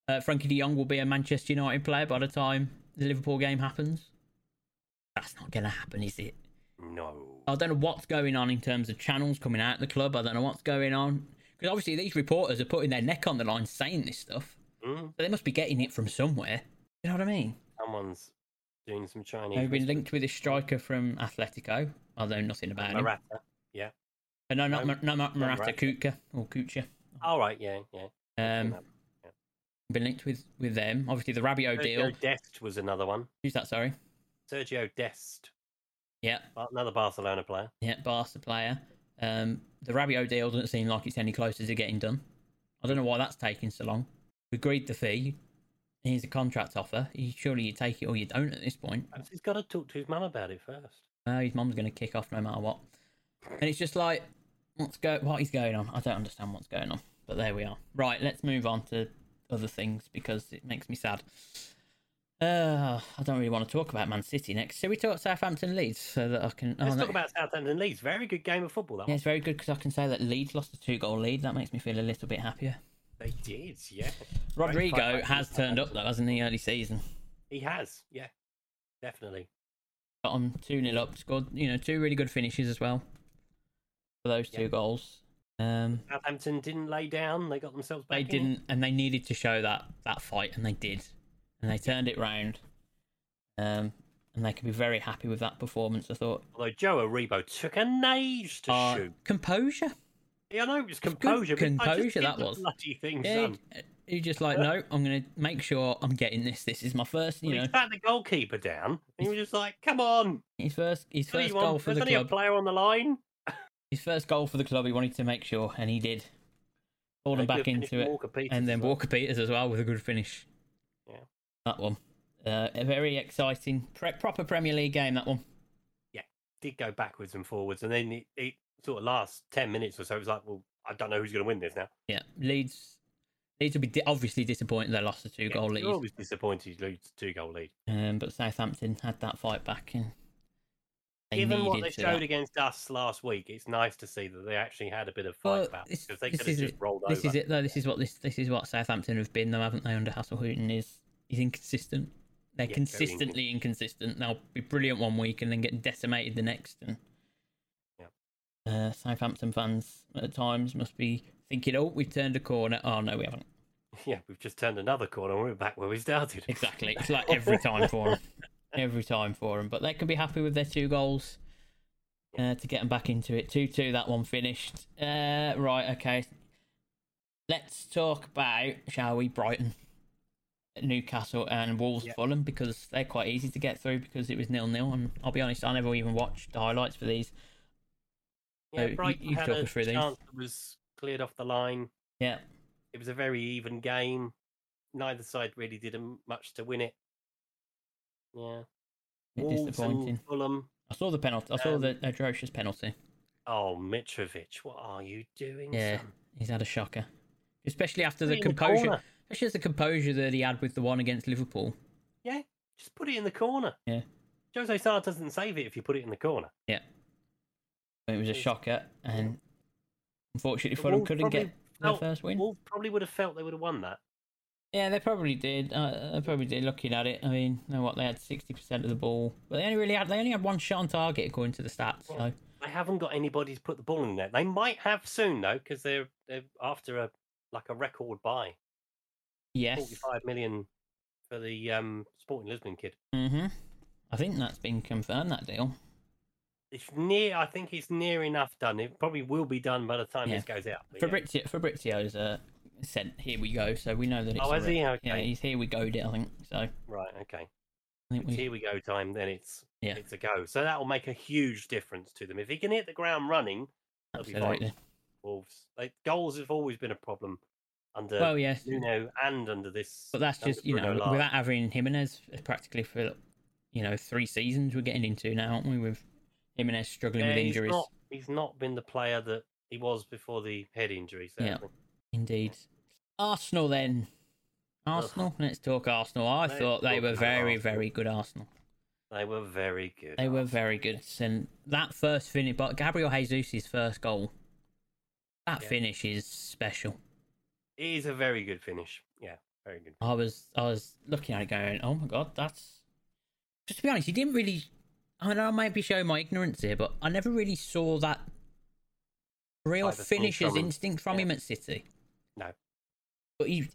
Speaker 1: uh, Frankie De Jong will be a Manchester United player by the time the Liverpool game happens. That's not going to happen, is it?
Speaker 2: No.
Speaker 1: I don't know what's going on in terms of channels coming out of the club. I don't know what's going on. Because obviously, these reporters are putting their neck on the line saying this stuff.
Speaker 2: Mm,
Speaker 1: So they must be getting it from somewhere. You know what I mean?
Speaker 2: someone's doing some Chinese.
Speaker 1: They've been
Speaker 2: whispers.
Speaker 1: linked with a striker from Atletico, although nothing about him.
Speaker 2: Morata.
Speaker 1: Uh, no, not,
Speaker 2: No,
Speaker 1: Mar- no, not Morata,
Speaker 2: Morata.
Speaker 1: Kuka or Kucha.
Speaker 2: All right, yeah, yeah.
Speaker 1: Um, been linked with, with them. Obviously, the Rabio deal.
Speaker 2: Sergio Dest was another one.
Speaker 1: Who's that, sorry?
Speaker 2: Sergio Dest,
Speaker 1: Yeah,
Speaker 2: Bar- another Barcelona player.
Speaker 1: yeah, Barca player. Um, the Rabio deal doesn't seem like it's any closer to getting done. I don't know why that's taking so long. We agreed the fee. Here's a contract offer. You, surely you take it or you don't at this point.
Speaker 2: Perhaps he's got to talk to his mum about it first.
Speaker 1: Uh, his mum's going to kick off no matter what. And it's just like, what's go? What is going on? I don't understand what's going on. But there we are. Right, let's move on to other things because it makes me sad. Uh, Uh, I don't really want to talk about Man City next. Should we talk Southampton Leeds so that I can?
Speaker 2: Let's
Speaker 1: oh,
Speaker 2: talk
Speaker 1: no.
Speaker 2: about Southampton Leeds. Very good game of football, that
Speaker 1: Yeah, it's very good because I can say that Leeds lost a two-goal lead. That makes me feel a little bit happier.
Speaker 2: one. They did, yeah. Great
Speaker 1: Rodrigo
Speaker 2: fight back.
Speaker 1: has turned up though, hasn't he? Early season,
Speaker 2: He has, yeah. Definitely.
Speaker 1: got on two 0 up, scored you know two really good finishes as well for those two
Speaker 2: Yeah.
Speaker 1: goals. Um,
Speaker 2: Southampton didn't lay down. They got themselves back.
Speaker 1: they
Speaker 2: in it.
Speaker 1: didn't, and they needed to show that that fight, and they did, and they turned it round. Um, and they can be very happy with that performance. I thought.
Speaker 2: Although Joe Aribo took an age to
Speaker 1: Uh,
Speaker 2: shoot.
Speaker 1: composure.
Speaker 2: Yeah, I know it was composure. but I just
Speaker 1: composure
Speaker 2: get
Speaker 1: that
Speaker 2: the
Speaker 1: was.
Speaker 2: bloody thing,
Speaker 1: Yeah,
Speaker 2: son.
Speaker 1: you just like no. I'm gonna make sure I'm getting this. This is my first, you
Speaker 2: Well,
Speaker 1: know,
Speaker 2: He sat the goalkeeper down, and he was just like, "Come on,
Speaker 1: his first, his
Speaker 2: what do
Speaker 1: first
Speaker 2: you
Speaker 1: goal
Speaker 2: want?
Speaker 1: for
Speaker 2: There's
Speaker 1: the
Speaker 2: only a
Speaker 1: club.
Speaker 2: player on the line."
Speaker 1: His first goal for the club. He wanted to make sure, and he did. Pulled him
Speaker 2: They
Speaker 1: back
Speaker 2: could've finished
Speaker 1: into it,
Speaker 2: Walker Peters
Speaker 1: and then
Speaker 2: as well.
Speaker 1: Walker Peters as well with a good finish.
Speaker 2: uh, Yeah.
Speaker 1: that one. Uh, a very exciting, pre- proper Premier League game. That one.
Speaker 2: did go backwards and forwards, and then it, it sort of last ten minutes or so. It was like, "Well, I don't know who's going to win this now."
Speaker 1: Yeah, Leeds. Leeds will be di- obviously disappointed they lost a two goal
Speaker 2: You're
Speaker 1: lead,
Speaker 2: always disappointed you lose two goal lead.
Speaker 1: um, but Southampton had that fight back, and they
Speaker 2: Given
Speaker 1: needed
Speaker 2: what they
Speaker 1: to that.
Speaker 2: showed against us last week, it's nice to see that they actually had a bit of
Speaker 1: Well,
Speaker 2: fight about
Speaker 1: this-
Speaker 2: because they
Speaker 1: this
Speaker 2: could have
Speaker 1: is
Speaker 2: just
Speaker 1: it.
Speaker 2: rolled
Speaker 1: This
Speaker 2: over.
Speaker 1: is it though. This is what this this is what Southampton have been though, haven't they? Under Hasselhooten is he's inconsistent. They're
Speaker 2: Yeah, very
Speaker 1: consistently inconsistent. They'll be brilliant one week and then get decimated the next. And
Speaker 2: Yeah.
Speaker 1: uh, Southampton fans at times must be thinking, "Oh, we've turned a corner." Oh no, we haven't.
Speaker 2: Yeah, we've just turned another corner. and We're back where we started.
Speaker 1: Exactly. It's like every time for them. Every time for them. But they can be happy with their two goals uh, to get them back into it. 2 2, that one finished. Uh, right, okay. Let's talk about, shall we, Brighton, Newcastle, and Wolves
Speaker 2: Yeah.
Speaker 1: Fulham because they're quite easy to get through because it was nil nil. And I'll be honest, I never even watched the highlights for these. So,
Speaker 2: Yeah,
Speaker 1: you-
Speaker 2: Brighton
Speaker 1: you
Speaker 2: had
Speaker 1: talk
Speaker 2: a
Speaker 1: us through these.
Speaker 2: chance that was cleared off the line.
Speaker 1: Yeah.
Speaker 2: It was a very even game. Neither side really did m- much to win it. Yeah,
Speaker 1: bit
Speaker 2: Wolves
Speaker 1: disappointing.
Speaker 2: and Fulham.
Speaker 1: I saw the penalty. I saw
Speaker 2: Um,
Speaker 1: the atrocious penalty.
Speaker 2: Oh, Mitrovic, what are you doing?
Speaker 1: Yeah,
Speaker 2: son?
Speaker 1: he's had a shocker, especially after the
Speaker 2: Put it in the
Speaker 1: composure,
Speaker 2: corner.
Speaker 1: especially the composure that he had with the one against Liverpool.
Speaker 2: just put it in the corner.
Speaker 1: Yeah.
Speaker 2: Jose Sarr doesn't save it if you put it in the corner.
Speaker 1: It was a
Speaker 2: It's-
Speaker 1: shocker, and unfortunately
Speaker 2: The
Speaker 1: Fulham
Speaker 2: Wolves
Speaker 1: couldn't get
Speaker 2: probably
Speaker 1: their
Speaker 2: felt-
Speaker 1: first win.
Speaker 2: Wolves probably would have felt they would have won that.
Speaker 1: Yeah, they probably did. Uh, they probably did. Looking at it, I mean, you know what? They had sixty percent of the ball, but they only really had they only had one shot on target according to the stats. So
Speaker 2: They haven't got anybody to put the ball in the net. They might have soon though, because they're, they're after a like a record buy,
Speaker 1: yes,
Speaker 2: forty-five million for the um, Sporting Lisbon kid.
Speaker 1: hmm I think that's been confirmed. That deal.
Speaker 2: It's near. I think it's near enough done. It probably will be done by the time
Speaker 1: Yeah.
Speaker 2: this goes out. but yeah.
Speaker 1: Fabrizio, Fabrizio's uh, said, "Here we go." So we know that it's.
Speaker 2: Oh, has
Speaker 1: already-
Speaker 2: he?
Speaker 1: Yeah,
Speaker 2: Okay.
Speaker 1: he's here. We go. It. I think so. I
Speaker 2: Right. Okay.
Speaker 1: think we.
Speaker 2: Here we go. Time. Then it's
Speaker 1: Yeah.
Speaker 2: it's a go. So that will make a huge difference to them if he can hit the ground running. that'll be fine.
Speaker 1: Absolutely.
Speaker 2: Wolves. Like, goals have always been a problem under
Speaker 1: Well, yes,
Speaker 2: Nuno and under this.
Speaker 1: but that's
Speaker 2: under
Speaker 1: just you know
Speaker 2: Bruno Lage.
Speaker 1: without having Jimenez practically for you know three seasons we're getting into now, aren't we? With Jimenez struggling
Speaker 2: Yeah,
Speaker 1: with
Speaker 2: he's
Speaker 1: injuries,
Speaker 2: Not, he's not been the player that he was before the head injury.
Speaker 1: Yeah.
Speaker 2: Certainly.
Speaker 1: indeed. Arsenal then. Arsenal. Let's talk Arsenal. I
Speaker 2: Let's
Speaker 1: thought they
Speaker 2: talk
Speaker 1: were
Speaker 2: about
Speaker 1: very,
Speaker 2: Arsenal.
Speaker 1: very good. Arsenal.
Speaker 2: They were very good.
Speaker 1: They were very good. And that first finish, but Gabriel Jesus' first goal. That
Speaker 2: Yeah.
Speaker 1: finish is special.
Speaker 2: It is a very good finish. Yeah, very good.
Speaker 1: I was I was looking at it going, oh my god, that's. Just to be honest, he didn't really. I know I might be showing my ignorance here, but I never really saw that real
Speaker 2: Type of thing
Speaker 1: finisher's
Speaker 2: from him.
Speaker 1: instinct from
Speaker 2: Yeah.
Speaker 1: him at City.
Speaker 2: No.
Speaker 1: But he,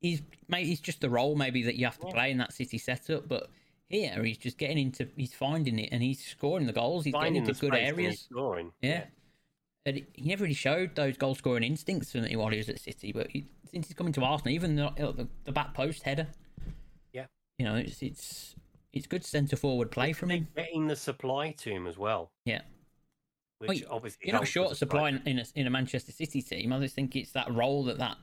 Speaker 1: he's maybe he's just the role maybe that you have to
Speaker 2: Yeah.
Speaker 1: play in that City setup. But here he's just getting into, he's finding it and he's scoring the goals. He's getting
Speaker 2: Finding the
Speaker 1: into good
Speaker 2: space and he's
Speaker 1: areas.
Speaker 2: Scoring.
Speaker 1: Yeah. And he- he never really showed those goal scoring instincts for me while he was at City, but he, since he's coming to Arsenal, even the, uh, the the back post header,
Speaker 2: Yeah.
Speaker 1: you know, it's it's it's good centre forward play from him.
Speaker 2: Getting the supply to him as well.
Speaker 1: Yeah.
Speaker 2: Which
Speaker 1: Well, you-
Speaker 2: obviously
Speaker 1: You're not
Speaker 2: helps the
Speaker 1: short supply in in a, in a Manchester City team. I just think it's that role that that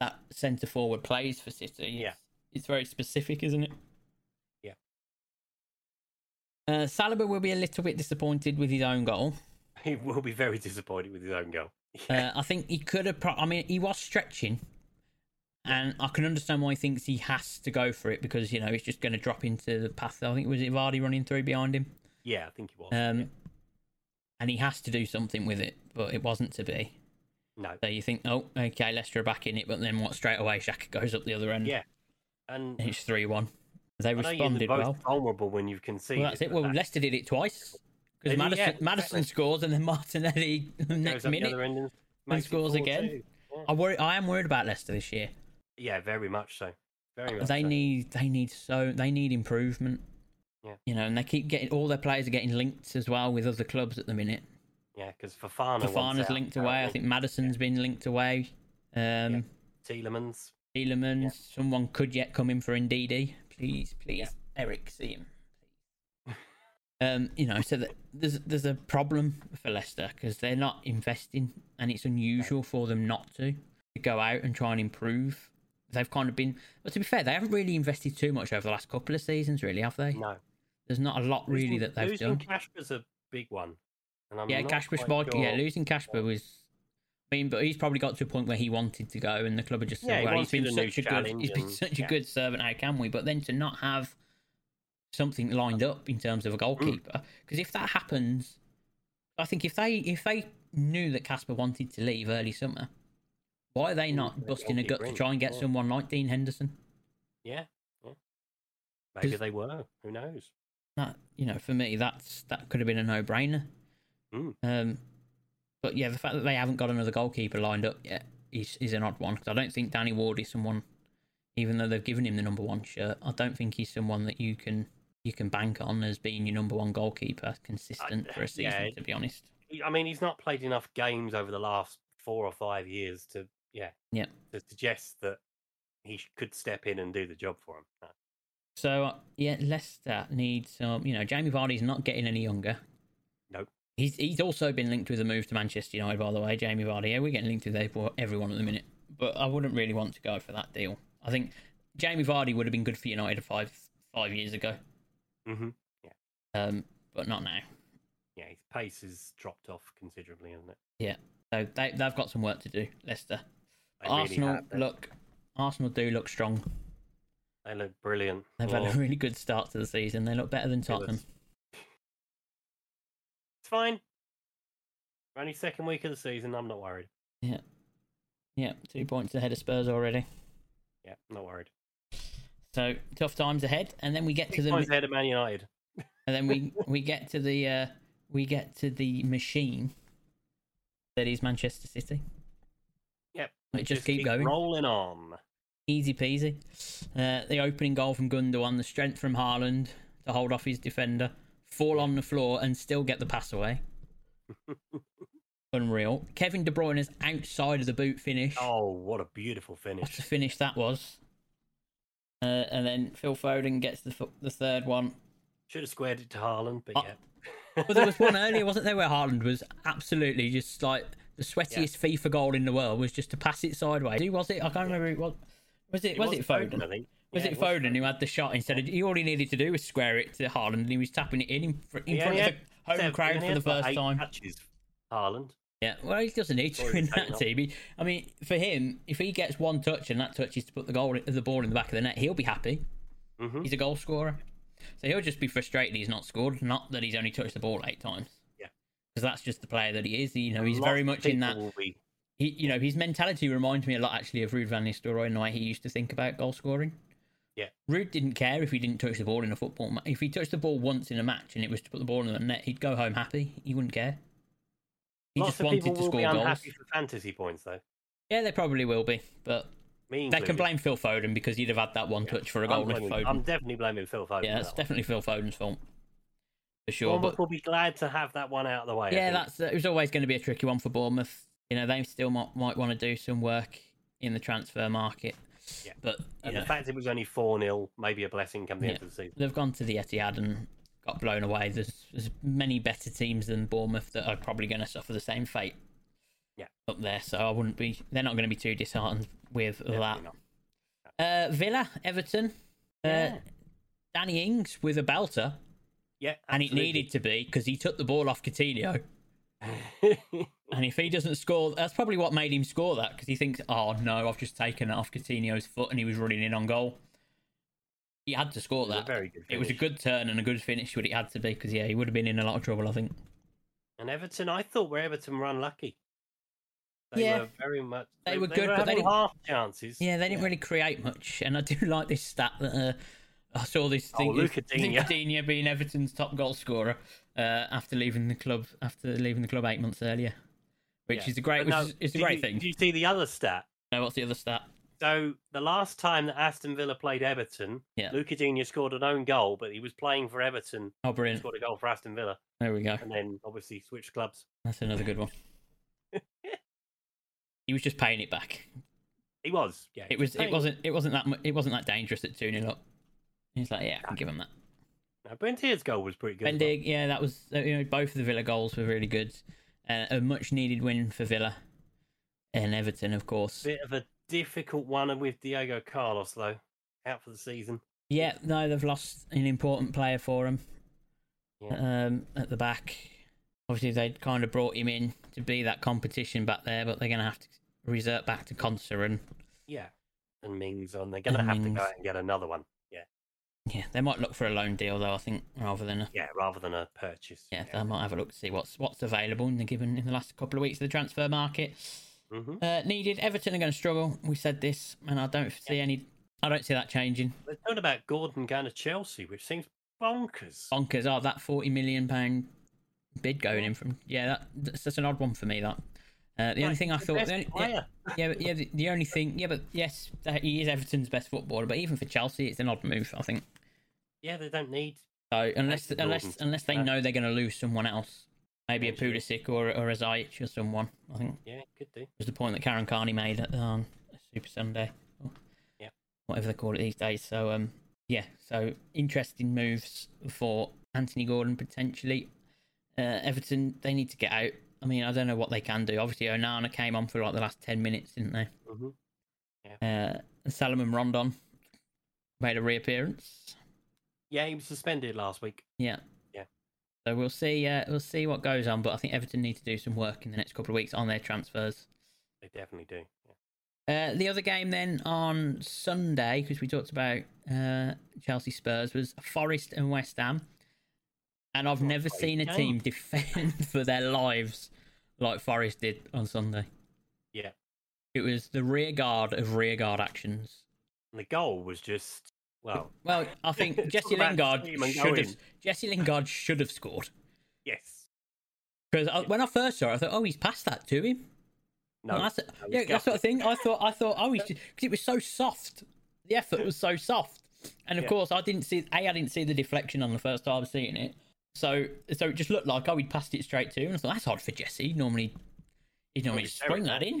Speaker 1: that centre forward plays for City. It's-
Speaker 2: Yeah.
Speaker 1: it's very specific, isn't it?
Speaker 2: Yeah.
Speaker 1: Uh, Saliba will be a little bit disappointed with his own goal.
Speaker 2: He will be very disappointed with his own goal.
Speaker 1: Uh, I think he could have. Pro- I mean, he was stretching, And I can understand why he thinks he has to go for it because, you know, it's just going to drop into the path. I think, was it Vardy running through behind him?
Speaker 2: Yeah, I think he was.
Speaker 1: Um,
Speaker 2: yeah.
Speaker 1: And he has to do something with it, but it wasn't to be.
Speaker 2: No.
Speaker 1: So you think, oh, okay, Leicester are back in it, but then what? Straight away, Shaka goes up the other end.
Speaker 2: Yeah. And
Speaker 1: And It's 3 1. They
Speaker 2: I know you're the
Speaker 1: responded
Speaker 2: most
Speaker 1: well.
Speaker 2: vulnerable when you've conceded.
Speaker 1: Well, that's it.
Speaker 2: but
Speaker 1: Well,
Speaker 2: that
Speaker 1: Leicester did it twice
Speaker 2: They
Speaker 1: because
Speaker 2: did,
Speaker 1: Madison,
Speaker 2: yeah,
Speaker 1: Madison
Speaker 2: exactly.
Speaker 1: scores and then Martinelli
Speaker 2: goes
Speaker 1: next
Speaker 2: up the
Speaker 1: minute.
Speaker 2: other end and makes it
Speaker 1: scores
Speaker 2: 4-2.
Speaker 1: again. I worry. I am worried about Leicester this year.
Speaker 2: Yeah, very much so. Very much.
Speaker 1: They
Speaker 2: so.
Speaker 1: need. They need so. They need improvement.
Speaker 2: Yeah.
Speaker 1: You know, and they keep getting all their players are getting linked as well with other clubs at the minute.
Speaker 2: Yeah, because Fafana. wants
Speaker 1: Fafana's
Speaker 2: out,
Speaker 1: linked away. I think Madison's been linked away. Um,
Speaker 2: Tielemans.
Speaker 1: Tielemans. Someone could yet come in for Ndidi. Please, please,
Speaker 2: Yeah.
Speaker 1: Eric, see him. Um, you know, so that there's there's a problem for Leicester because they're not investing, and it's unusual for them not to to go out and try and improve. They've kind of been, but to be fair, they haven't really invested too much over the last couple of seasons, really, have they?
Speaker 2: No.
Speaker 1: There's not a lot really
Speaker 2: Losing-
Speaker 1: that they've
Speaker 2: losing
Speaker 1: done.
Speaker 2: Kasper's a big one. And I'm
Speaker 1: yeah,
Speaker 2: not
Speaker 1: Kasper's
Speaker 2: quite
Speaker 1: bod- yeah,
Speaker 2: sure-
Speaker 1: losing Kasper was. I mean, but he's probably got to a point where he wanted to go, and the club had just
Speaker 2: Yeah,
Speaker 1: said,
Speaker 2: he
Speaker 1: "Well, he's been
Speaker 2: wanted a new
Speaker 1: such a good,
Speaker 2: challenge
Speaker 1: he's been
Speaker 2: and-
Speaker 1: such
Speaker 2: yeah.
Speaker 1: a good servant. How can we?" But then to not have something lined up in terms of a
Speaker 2: Mm.
Speaker 1: goalkeeper, because if that happens, I think if they if they knew that Casper wanted to leave early summer, why are they not
Speaker 2: they
Speaker 1: busting a
Speaker 2: goalkeeper
Speaker 1: gut to
Speaker 2: in,
Speaker 1: try and get
Speaker 2: yeah.
Speaker 1: someone like Dean Henderson?
Speaker 2: Yeah. yeah. Maybe
Speaker 1: 'Cause-
Speaker 2: they were. Who knows?
Speaker 1: That you know, for me, that's that could have been a no brainer.
Speaker 2: Mm.
Speaker 1: Um, but yeah, the fact that they haven't got another goalkeeper lined up yet is, is an odd one because I don't think Danny Ward is someone, even though they've given him the number one shirt, I don't think he's someone that you can you can bank on as being your number one goalkeeper consistent for a season.
Speaker 2: yeah.
Speaker 1: To be honest,
Speaker 2: He- I mean, he's not played enough games over the last four or five years to, yeah,
Speaker 1: Yeah.
Speaker 2: to suggest that he sh- could step in and do the job for him. No.
Speaker 1: so uh, yeah, Leicester need some. You know, Jamie Vardy's not getting any younger.
Speaker 2: Nope.
Speaker 1: He's he's also been linked with a move to Manchester United, by the way. Jamie Vardy. Yeah, we're getting linked with everyone- everyone at the minute, but I wouldn't really want to go for that deal. I think Jamie Vardy would have been good for United five five years ago.
Speaker 2: hmm
Speaker 1: um, but not now.
Speaker 2: Yeah, his pace has dropped off considerably, hasn't it?
Speaker 1: So they they've got some work to do. Leicester,
Speaker 2: They really
Speaker 1: Arsenal
Speaker 2: have. They-
Speaker 1: look, Arsenal do look strong.
Speaker 2: They look brilliant.
Speaker 1: They've
Speaker 2: Oh,
Speaker 1: had a really good start to the season. They look better than
Speaker 2: goodness.
Speaker 1: Tottenham.
Speaker 2: It's fine. We're Only second week of the season. I'm not worried.
Speaker 1: Yeah, two points ahead of Spurs already.
Speaker 2: Yeah, not worried.
Speaker 1: So tough times ahead, and then we get to
Speaker 2: Six
Speaker 1: the
Speaker 2: points ahead of Man United.
Speaker 1: and then we we get to the uh, we get to the machine that is Manchester City.
Speaker 2: Yep.
Speaker 1: It just, keep, going.
Speaker 2: Rolling on.
Speaker 1: Easy peasy. Uh, the opening goal from Gundogan, the strength from Haaland to hold off his defender, fall on the floor and still get the pass away. Unreal. Kevin De Bruyne's outside of the boot finish.
Speaker 2: Oh, what a beautiful
Speaker 1: What
Speaker 2: finish.
Speaker 1: a finish that was. Uh, and then Phil Foden gets the fu- the third one.
Speaker 2: Should have squared it to Haaland, but
Speaker 1: Oh.
Speaker 2: yeah.
Speaker 1: But there was one earlier, wasn't there, where Haaland was absolutely just like the sweatiest FIFA goal in the world was just to pass it sideways. Who was it? I can't remember. Who it was. Was it?
Speaker 2: It
Speaker 1: Was, it Foden?
Speaker 2: I think.
Speaker 1: Was
Speaker 2: Yeah,
Speaker 1: it Foden who had the shot instead of he all he needed to do was square it to Haaland and he was tapping it in in, fr- in
Speaker 2: Yeah,
Speaker 1: front
Speaker 2: yeah.
Speaker 1: of the home
Speaker 2: Seven-
Speaker 1: crowd
Speaker 2: only
Speaker 1: for the
Speaker 2: had, like,
Speaker 1: first
Speaker 2: eight
Speaker 1: time.
Speaker 2: Touches, Haaland.
Speaker 1: Yeah, well he doesn't need to
Speaker 2: Sorry,
Speaker 1: in
Speaker 2: hang
Speaker 1: that
Speaker 2: on.
Speaker 1: team. He- I mean, for him, if he gets one touch and that touch is to put the goal the ball in the back of the net, he'll be happy.
Speaker 2: Mhm.
Speaker 1: He's a goal scorer, so he'll just be frustrated he's not scored. Not that he's only touched the ball eight times.
Speaker 2: Yeah.
Speaker 1: because that's just the player that he is. You know, he's
Speaker 2: Lots
Speaker 1: very
Speaker 2: of
Speaker 1: much in
Speaker 2: people
Speaker 1: that.
Speaker 2: will be-
Speaker 1: He, you know, his mentality reminds me a lot actually of Ruud van Nistelrooy and the way he used to think about goal scoring.
Speaker 2: Yeah.
Speaker 1: Ruud didn't care if he didn't touch the ball in a football match. If he touched the ball once in a match and it was to put the ball in the net, he'd go home happy. He wouldn't care. He
Speaker 2: lots
Speaker 1: just
Speaker 2: of
Speaker 1: wanted
Speaker 2: people
Speaker 1: to
Speaker 2: will be
Speaker 1: score goals.
Speaker 2: unhappy for fantasy points, though.
Speaker 1: Yeah, they probably will be, but
Speaker 2: Me
Speaker 1: they can
Speaker 2: included.
Speaker 1: blame Phil Foden because he'd have had that one touch for a
Speaker 2: I'm,
Speaker 1: goal. if
Speaker 2: blaming- I'm
Speaker 1: Foden.
Speaker 2: definitely blaming Phil Foden.
Speaker 1: Yeah,
Speaker 2: for
Speaker 1: it's
Speaker 2: that one.
Speaker 1: definitely Phil Foden's fault for sure.
Speaker 2: Bournemouth
Speaker 1: But
Speaker 2: will be glad to have that one out of the way. I
Speaker 1: yeah,
Speaker 2: think.
Speaker 1: that's it was always going to be a tricky one for Bournemouth. You know, they still might, might want to do some work in the transfer market,
Speaker 2: Yeah.
Speaker 1: but uh, you
Speaker 2: And
Speaker 1: know.
Speaker 2: the fact it was only 4 0, maybe a blessing come the end
Speaker 1: Yeah.
Speaker 2: of the season.
Speaker 1: they've gone to the Etihad and got blown away. There's, there's many better teams than Bournemouth that are probably going to suffer the same fate.
Speaker 2: Yeah.
Speaker 1: up there. So I wouldn't be. They're not going to be too disheartened with
Speaker 2: Definitely not.
Speaker 1: that. Uh, Villa, Everton, uh,
Speaker 2: Yeah.
Speaker 1: Danny Ings with a belter,
Speaker 2: Yeah,
Speaker 1: and it
Speaker 2: absolutely.
Speaker 1: needed to be because he took the ball off Coutinho And if he doesn't score, that's probably what made him score that because he thinks, oh no, I've just taken it off Coutinho's foot and he was running in on goal. He had to score
Speaker 2: was a
Speaker 1: that.
Speaker 2: very good
Speaker 1: It was a
Speaker 2: finish.
Speaker 1: good turn and a good finish, but it had to be because, yeah, he would have been in a lot of trouble, I think.
Speaker 2: And Everton, I thought were Everton were unlucky. They
Speaker 1: Yeah.
Speaker 2: were very much.
Speaker 1: They were good, but they
Speaker 2: having
Speaker 1: didn't-
Speaker 2: half chances.
Speaker 1: Yeah, they didn't really create much. And I do like this stat that uh, I saw this
Speaker 2: Oh,
Speaker 1: thing.
Speaker 2: Lucadinha.
Speaker 1: Lucadinha being Everton's top goal scorer uh, after leaving the club after leaving the club eight months earlier, which
Speaker 2: Yeah.
Speaker 1: is a great,
Speaker 2: But
Speaker 1: which
Speaker 2: no,
Speaker 1: is, it's a
Speaker 2: did
Speaker 1: great
Speaker 2: you-
Speaker 1: thing.
Speaker 2: Did you see the other stat?
Speaker 1: No, what's the other stat?
Speaker 2: So the last time that Aston Villa played Everton,
Speaker 1: Yeah.
Speaker 2: Luca Digne scored an own goal, but he was playing for Everton.
Speaker 1: Oh,
Speaker 2: He
Speaker 1: brilliant!
Speaker 2: scored a goal for Aston Villa,
Speaker 1: There we go.
Speaker 2: and then obviously switched clubs.
Speaker 1: That's another good one. he was just paying it back.
Speaker 2: He was. Yeah. he
Speaker 1: It was. It
Speaker 2: playing.
Speaker 1: wasn't. It wasn't that. mu- It wasn't that dangerous at two 0 up. He's like, yeah, I can give him that.
Speaker 2: Now, Brentier's goal was pretty good. as well.
Speaker 1: Bendig, yeah, that was uh, you know both of the Villa goals were really good. Uh, a much needed win for Villa and Everton, of course.
Speaker 2: Bit of a difficult one with Diego Carlos though, out for the season.
Speaker 1: Yeah, no, they've lost an important player for them
Speaker 2: Yeah.
Speaker 1: um, at the back. Obviously, they would kind of brought him in to be that competition back there, but they're going to have to resort back to Conser and
Speaker 2: Yeah. And Mings on. They're going to
Speaker 1: And
Speaker 2: have to go
Speaker 1: Mings.
Speaker 2: out and get another one. Yeah.
Speaker 1: yeah, they might look for a loan deal though. I think rather than a
Speaker 2: Yeah. Rather than a purchase.
Speaker 1: yeah, um, they might have a look to see what's what's available in the given in the last couple of weeks of the transfer market.
Speaker 2: hmm
Speaker 1: Uh, needed Everton are going to struggle. We said this, and I don't see any. I don't see that changing.
Speaker 2: There's nothing about Gordon going to Chelsea, which seems bonkers.
Speaker 1: Bonkers. Oh, that forty million pound bid going in from yeah. That that's, that's an odd one for me. That uh, the only
Speaker 2: Like,
Speaker 1: thing I
Speaker 2: the
Speaker 1: thought.
Speaker 2: best
Speaker 1: The only, yeah,
Speaker 2: player.
Speaker 1: yeah, but, yeah. The, the only thing. Yeah, but yes, that- he is Everton's best footballer. But even for Chelsea, it's an odd move. I think.
Speaker 2: Yeah, they don't need.
Speaker 1: So unless
Speaker 2: Nathan
Speaker 1: unless
Speaker 2: Gordon's
Speaker 1: unless they
Speaker 2: back.
Speaker 1: know they're going to lose someone else, maybe a
Speaker 2: Potentially.
Speaker 1: Pulisic or or a Zajic or someone. I think
Speaker 2: Yeah, could do.
Speaker 1: was the point that Karen Carney made at um, Super Sunday. or
Speaker 2: Yeah.
Speaker 1: Whatever they call it these days. So um, yeah. So interesting moves for Anthony Gordon potentially. Uh, Everton they need to get out. I mean, I don't know what they can do. Obviously, Onana came on for like the last ten minutes, didn't they?
Speaker 2: hmm
Speaker 1: Uh, Salomon Rondon made a reappearance.
Speaker 2: Yeah, he was suspended last week.
Speaker 1: Yeah.
Speaker 2: Yeah.
Speaker 1: So we'll see. Uh, we'll see what goes on. But I think Everton need to do some work in the next couple of weeks on their transfers.
Speaker 2: They definitely do. Yeah.
Speaker 1: Uh, the other game then on Sunday, because we talked about uh, Chelsea Spurs, was Forest and West Ham. And I've
Speaker 2: What a
Speaker 1: never
Speaker 2: great
Speaker 1: seen a
Speaker 2: game.
Speaker 1: team defend for their lives like Forest did on Sunday.
Speaker 2: Yeah.
Speaker 1: It was the rear guard of rear guard actions.
Speaker 2: And the goal was just well,
Speaker 1: Well, I think
Speaker 2: Talk
Speaker 1: Jesse
Speaker 2: about
Speaker 1: Lingard
Speaker 2: team and
Speaker 1: should have
Speaker 2: going.
Speaker 1: Jesse Lingard should have scored.
Speaker 2: yes.
Speaker 1: Because when I first saw it, I thought, oh, he's passed that to him.
Speaker 2: No,
Speaker 1: And that's,
Speaker 2: was
Speaker 1: yeah, that's what I think. I thought, I thought, oh, he's because it was so soft. The effort was so soft, and of
Speaker 2: Yeah.
Speaker 1: course, I didn't see. A, I didn't see the deflection on the first time seeing it. So, so it just looked like oh, he'd passed it straight to him. And I thought that's odd for Jesse. Normally, he'd normally
Speaker 2: Probably
Speaker 1: spring that in,
Speaker 2: terrible,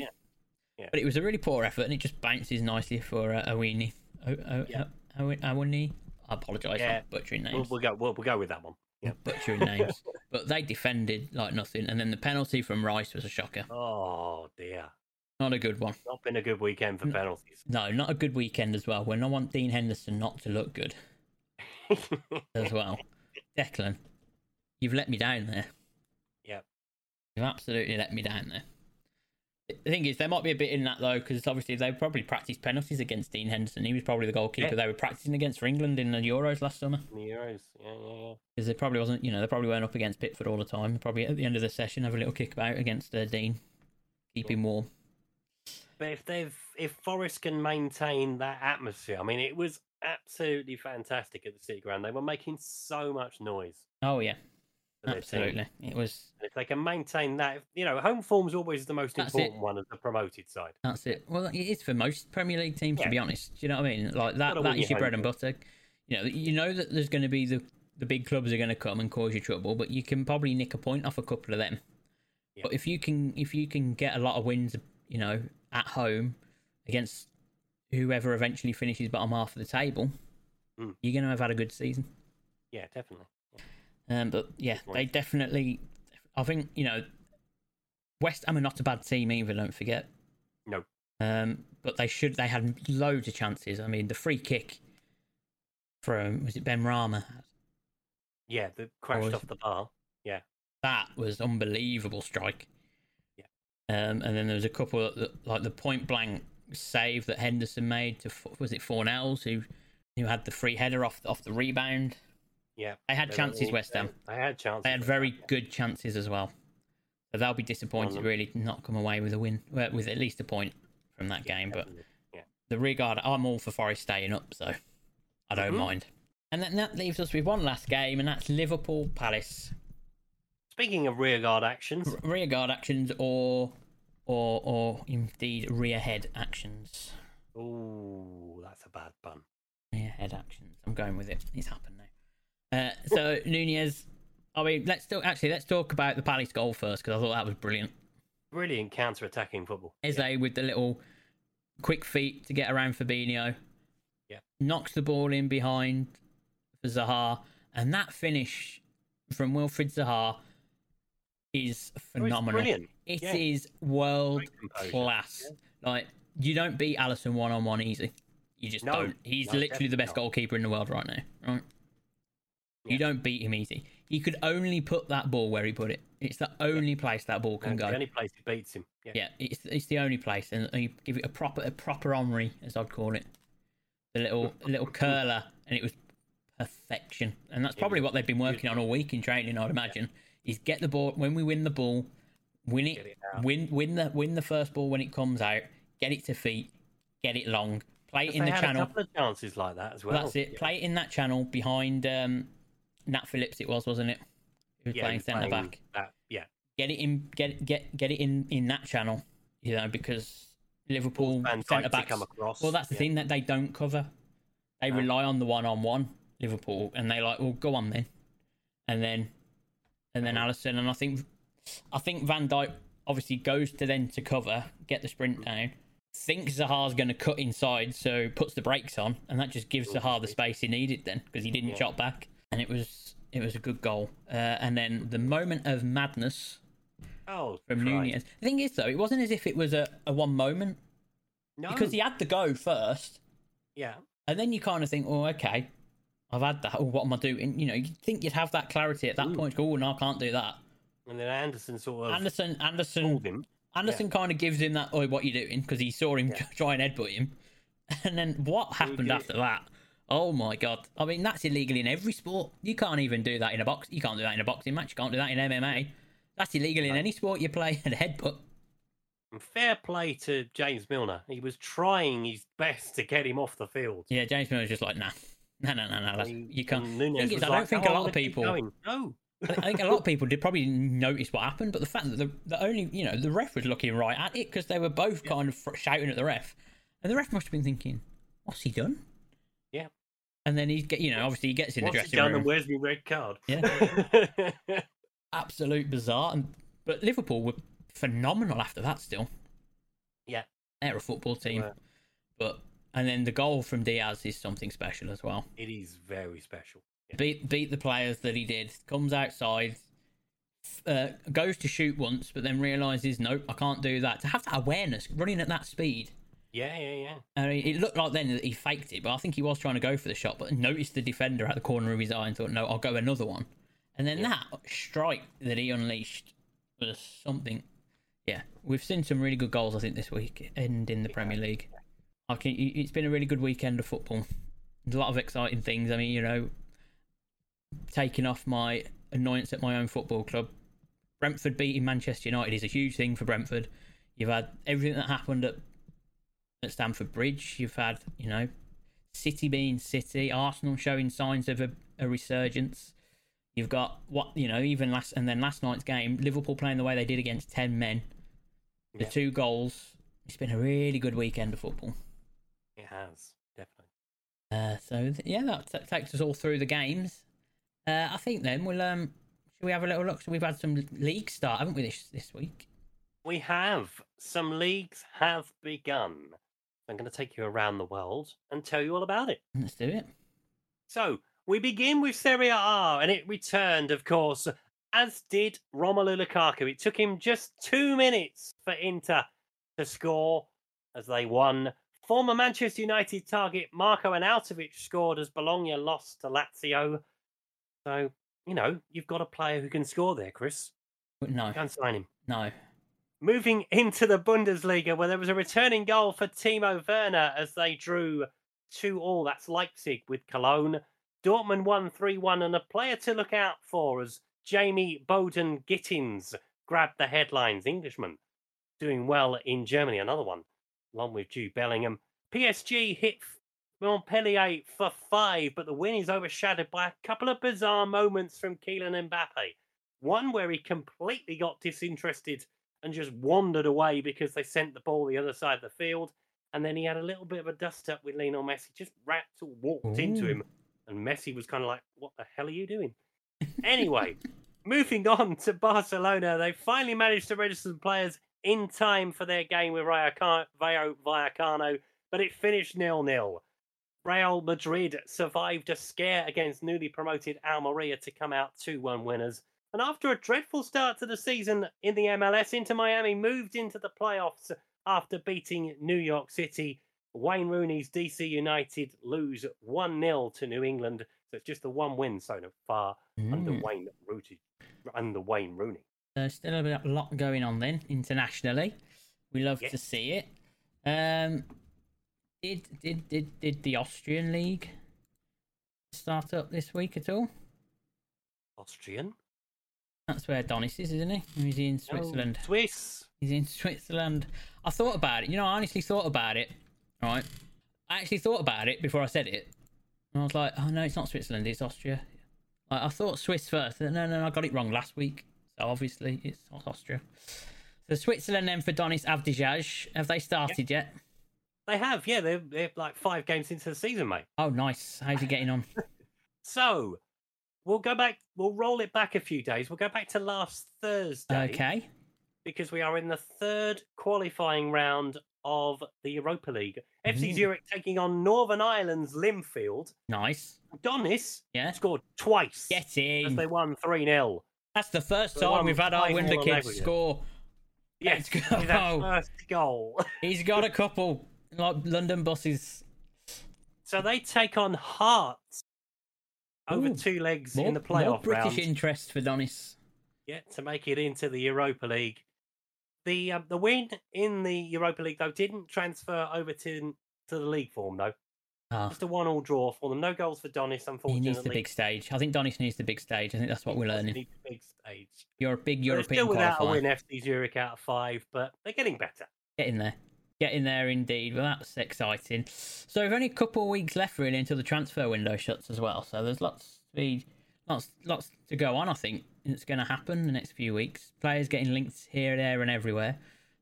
Speaker 2: yeah.
Speaker 1: but it was a really poor effort, and it just bounces nicely for uh, Owini. O- O-
Speaker 2: Yeah.
Speaker 1: O- Owini. I apologise
Speaker 2: Yeah.
Speaker 1: for butchering names
Speaker 2: We'll, we'll go. We'll, we'll go with that one. Yeah.
Speaker 1: butchering names. But they defended like nothing, and then the penalty from Rice was a shocker.
Speaker 2: Oh dear,
Speaker 1: Not a good one.
Speaker 2: not been a good weekend
Speaker 1: Hmm.
Speaker 2: for penalties.
Speaker 1: No, not a good weekend as well. When I want Dean Henderson not to look good as well. Declan, you've let me down there.
Speaker 2: Yep.
Speaker 1: You've absolutely let me down there. The thing is, there might be a bit in that though, because obviously they probably practiced penalties against Dean Henderson. He was probably the goalkeeper
Speaker 2: Yeah.
Speaker 1: they were practicing against for England in the Euros last summer.
Speaker 2: In the Euros. Yeah, yeah, yeah.
Speaker 1: Because they probably wasn't, you know, they probably weren't up against Pitford all the time. Probably at the end of the session, have a little kick about against uh, Dean, keep him warm.
Speaker 2: But if they've, if Forest can maintain that atmosphere, I mean, it was absolutely fantastic at the City Ground. They were making so much noise.
Speaker 1: Oh yeah,
Speaker 2: for their team.
Speaker 1: absolutely. It was
Speaker 2: And if they can maintain that, if- you know, home form's always the most
Speaker 1: That's it.
Speaker 2: important one as the promoted side.
Speaker 1: That's it. Well, it is for most Premier League teams, to
Speaker 2: Yeah.
Speaker 1: be honest. Do you know what I mean? Like that,
Speaker 2: Gotta
Speaker 1: that
Speaker 2: win
Speaker 1: is your
Speaker 2: your
Speaker 1: bread and
Speaker 2: home
Speaker 1: butter. You know, you know that there's going to be the the big clubs are going to come and cause you trouble, but you can probably nick a point off a couple of them.
Speaker 2: Yeah.
Speaker 1: But if you can, if you can get a lot of wins, you know, at home against whoever eventually finishes bottom half of the table,
Speaker 2: Mm.
Speaker 1: you're going to have had a good season.
Speaker 2: Yeah, definitely.
Speaker 1: Um, but yeah,
Speaker 2: point.
Speaker 1: they definitely. I think you know, West Ham are not a bad team either. Don't forget.
Speaker 2: No.
Speaker 1: Um, but they should. They had loads of chances. I mean, the free kick from was it Ben Rama?
Speaker 2: Yeah, that
Speaker 1: was-
Speaker 2: crashed off the bar.
Speaker 1: that was unbelievable strike.
Speaker 2: Yeah.
Speaker 1: Um, and then there was a couple that, like the point blank save that Henderson made to F- was it Fornells who who had the free header off off the rebound.
Speaker 2: Yeah.
Speaker 1: They had
Speaker 2: They were
Speaker 1: chances,
Speaker 2: all-
Speaker 1: West Ham.
Speaker 2: They had chances.
Speaker 1: They had
Speaker 2: West
Speaker 1: very
Speaker 2: Ham, yeah.
Speaker 1: good chances as well. So they'll be disappointed
Speaker 2: them.
Speaker 1: really to not come away with a win, well, with at least a point from that game. But
Speaker 2: definitely.
Speaker 1: the regard, I'm all for Forest staying up, so I don't
Speaker 2: Mhm.
Speaker 1: mind. And then that leaves us with one last game, and that's Liverpool Palace.
Speaker 2: Speaking of rearguard actions,
Speaker 1: R- rear guard actions or or or indeed rear head actions.
Speaker 2: ooh, that's a bad pun.
Speaker 1: Rear head actions. I'm going with it. It's happened now. Uh, so Nunez. I mean, let's still actually let's talk about the Palace goal first because I thought that was brilliant.
Speaker 2: Brilliant counter-attacking football.
Speaker 1: Eze with the little quick feet to get around Fabinho.
Speaker 2: Yeah.
Speaker 1: Knocks the ball in behind for Zaha. And that finish from Wilfred Zaha is phenomenal.
Speaker 2: Oh, brilliant.
Speaker 1: It
Speaker 2: Yeah.
Speaker 1: is world
Speaker 2: Great composure.
Speaker 1: class. Like you don't beat Allison one on one easy. You just
Speaker 2: No,
Speaker 1: don't. He's
Speaker 2: no,
Speaker 1: literally the
Speaker 2: definitely
Speaker 1: best
Speaker 2: not.
Speaker 1: goalkeeper in the world right now. Right?
Speaker 2: Yeah.
Speaker 1: You don't beat him easy. He could only put that ball where he put it. It's the only place that ball can
Speaker 2: And
Speaker 1: go.
Speaker 2: The only place he beats him. Yeah.
Speaker 1: Yeah, it's it's the only place, and you give it a proper a proper Henri, as I'd call it, the little little curler, and it was perfection. And that's probably what they've been working on all week in training, I'd imagine. Is get the ball when we win the ball, win it,
Speaker 2: Get it out.
Speaker 1: win win the win the first ball when it comes out, get it to feet, get it long, play it in
Speaker 2: they
Speaker 1: the
Speaker 2: had a
Speaker 1: channel.
Speaker 2: couple of chances like that as well.
Speaker 1: That's it. Play it in that channel behind um, Nat Phillips. It was, wasn't it? He was
Speaker 2: Yeah,
Speaker 1: playing
Speaker 2: he's
Speaker 1: centre
Speaker 2: playing
Speaker 1: back
Speaker 2: that- Yeah.
Speaker 1: get it in get get get it in in that channel you know because liverpool
Speaker 2: Van Dijk
Speaker 1: centre
Speaker 2: to
Speaker 1: backs
Speaker 2: come across,
Speaker 1: well that's the
Speaker 2: yeah.
Speaker 1: thing that they don't cover they rely on the one-on-one liverpool and they like well go on then and then and
Speaker 2: Mm-hmm.
Speaker 1: then allison and i think i think van dyke obviously goes to then to cover get the
Speaker 2: Mm-hmm.
Speaker 1: sprint down thinks zaha's going to cut inside so puts the brakes on and that just gives zaha the space he needed then because he didn't chop back and it was it was a good goal uh, and then the moment of madness
Speaker 2: Oh,
Speaker 1: from
Speaker 2: Christ.
Speaker 1: Nunez. The thing is, though, it wasn't as if it was a, a one moment
Speaker 2: No.
Speaker 1: because he had the go first,
Speaker 2: Yeah.
Speaker 1: and then you kind of think, oh, okay, I've had that. Oh, what am I doing? You know, you'd think you'd have that clarity at that point. Go, oh, no, I can't do that.
Speaker 2: And then Anderson sort of
Speaker 1: Anderson,
Speaker 2: pulled
Speaker 1: Anderson,
Speaker 2: him.
Speaker 1: Anderson kind of gives him that, oh, what you doing? Because he saw him try and headbutt him. And then what happened
Speaker 2: did.
Speaker 1: after that? Oh my god! I mean, that's illegal in every sport. You can't even do that in a box. You can't do that in a boxing match. You can't do that in MMA. That's illegal in any sport you play. A headbutt.
Speaker 2: And fair play to James Milner. He was trying his best to get him off the field.
Speaker 1: Yeah, James Miller's just like, nah, no, no, no, no. that's-
Speaker 2: And-
Speaker 1: You can't.
Speaker 2: and
Speaker 1: I,
Speaker 2: Nunez
Speaker 1: think it's-
Speaker 2: was
Speaker 1: I don't
Speaker 2: like,
Speaker 1: think
Speaker 2: "Come
Speaker 1: a
Speaker 2: on,
Speaker 1: lot of
Speaker 2: let's keep
Speaker 1: people.
Speaker 2: going." No.
Speaker 1: I think a lot of people did probably notice what happened, but the fact that the, the only, you know, the ref was looking right at it because they were both kind of fr- shouting at the ref, and the ref must have been thinking, "What's he done?"
Speaker 2: Yeah.
Speaker 1: And then he get, you know, obviously he gets in the
Speaker 2: What's
Speaker 1: dressing
Speaker 2: he done and
Speaker 1: room.
Speaker 2: where's my red card?
Speaker 1: Absolute bizarre. And, but Liverpool were phenomenal after that. Still,
Speaker 2: yeah.
Speaker 1: they're a football team,
Speaker 2: were.
Speaker 1: but and then the goal from Diaz is something special as well.
Speaker 2: It is very special. Yeah.
Speaker 1: beat beat the players that he did. Comes outside, uh, goes to shoot once, but then realizes, nope, I can't do that. To have that awareness, running at that speed.
Speaker 2: Yeah, yeah, yeah.
Speaker 1: I mean, it looked like then that he faked it, but I think he was trying to go for the shot, but noticed the defender at the corner of his eye and thought, no, I'll go another one. And then that strike that he unleashed was something. Yeah, we've seen some really good goals, I think, this week and in the Premier League. I can, it- it's been a really good weekend of football. There's a lot of exciting things. I mean, you know, taking off my annoyance at my own football club. Brentford beating Manchester United is a huge thing for Brentford. You've had everything that happened at at Stamford Bridge. You've had, you know, City being City, Arsenal showing signs of a, a resurgence. You've got what you know, even last and then last night's game, Liverpool playing the way they did against ten men, the
Speaker 2: Yeah.
Speaker 1: two goals. It's been a really good weekend of football.
Speaker 2: It has, definitely.
Speaker 1: Uh, so th- yeah, that t- takes us all through the games. Uh, I think then we'll um, should we have a little look? So we've had some league start, haven't we, this this week?
Speaker 2: We have. Some leagues have begun. I'm going to take you around the world and tell you all about it.
Speaker 1: Let's do it.
Speaker 2: So, we begin with Serie A, and it returned, of course, as did Romelu Lukaku. It took him just two minutes for Inter to score as they won. Former Manchester United target Marco Anautovic scored as Bologna lost to Lazio. So, you know, you've got a player who can score there, Chris.
Speaker 1: No,
Speaker 2: Go and sign him.
Speaker 1: no.
Speaker 2: Moving into the Bundesliga, where there was a returning goal for Timo Werner as they drew 2 all. That's Leipzig with Cologne. Dortmund won 3 1, and a player to look out for as Jamie Bowden Gittins grabbed the headlines. Englishman doing well in Germany, another one, along with Jude Bellingham. PSG hit Montpellier for five, but the win is overshadowed by a couple of bizarre moments from Keelan Mbappe. One where he completely got disinterested and just wandered away because they sent the ball the other side of the field. And then he had a little bit of a dust up with Lionel Messi, just wrapped or walked into
Speaker 1: Ooh.
Speaker 2: him. And Messi was kind of like, What the hell are you doing? Anyway, moving on to Barcelona, they finally managed to register some players in time for their game with Rayo Ca- Rayo Vallecano, but it finished nil-nil. Real Madrid survived a scare against newly promoted Almeria to come out 2-1 winners. And after a dreadful start to the season in the MLS, Inter Miami moved into the playoffs after beating New York City. Wayne Rooney's DC United lose 1-0 to New England. So it's just the one win so far under
Speaker 1: Mm.
Speaker 2: Wayne Rooney. Under Wayne Rooney.
Speaker 1: There's still a bit- a lot going on then internationally. We love to
Speaker 2: Yes.
Speaker 1: see it. Um, did did did did the Austrian league start up this week at all?
Speaker 2: Austrian.
Speaker 1: That's where Donis is, isn't he? Or is he in
Speaker 2: No,
Speaker 1: Switzerland?
Speaker 2: Swiss.
Speaker 1: He's in Switzerland. I thought about it. You know, I honestly thought about it. Right. I actually thought about it before I said it. And I was like, oh no, it's not Switzerland, it's Austria. Like, I thought Swiss first. and then- No, no, I got it wrong last week. So obviously it's not Austria. So Switzerland then for Donis Avdijaj. Have they started yet?
Speaker 2: They have, yeah. They're, they're like five games into the season, mate.
Speaker 1: Oh, nice. How's he getting on?
Speaker 2: So we'll go back. We'll roll it back a few days. We'll go back to last Thursday
Speaker 1: Okay.
Speaker 2: because we are in the third qualifying round of the Europa League. FC
Speaker 1: Ooh.
Speaker 2: Zurich taking on Northern Ireland's Limfield.
Speaker 1: Nice.
Speaker 2: Donis
Speaker 1: Yeah.
Speaker 2: scored twice
Speaker 1: Get
Speaker 2: as they
Speaker 1: in.
Speaker 2: won three 0
Speaker 1: That's the first
Speaker 2: They
Speaker 1: time
Speaker 2: won
Speaker 1: we've had our
Speaker 2: five-nil
Speaker 1: Winder
Speaker 2: on
Speaker 1: kids
Speaker 2: aggregate.
Speaker 1: score.
Speaker 2: Yes,
Speaker 1: Let's
Speaker 2: with that
Speaker 1: go.
Speaker 2: first goal.
Speaker 1: He's got a couple, like London buses.
Speaker 2: So they take on Hearts over
Speaker 1: Ooh.
Speaker 2: two legs
Speaker 1: More,
Speaker 2: in the
Speaker 1: more
Speaker 2: playoff
Speaker 1: British
Speaker 2: round.
Speaker 1: interest for Donis.
Speaker 2: Yeah, to make it into the Europa League. The um, the win in the Europa League though didn't transfer over to to the league form though.
Speaker 1: Ah,
Speaker 2: Just a one all draw for them. No goals for
Speaker 1: he
Speaker 2: Donis, unfortunately.
Speaker 1: needs the big stage. I think Donis needs the big stage. I think that's what we're
Speaker 2: Does
Speaker 1: learning.
Speaker 2: need the big stage.
Speaker 1: You're a big
Speaker 2: But they're
Speaker 1: European
Speaker 2: still without a win.
Speaker 1: qualifier.
Speaker 2: FC Zurich out of five, but they're getting better.
Speaker 1: Get in there. Get in there indeed. Well, that's exciting. So we've only a couple of weeks left really until the transfer window shuts as well. So there's lots to be lots lots to go on, I think. It's gonna happen the next few weeks. Players getting linked here, there and everywhere.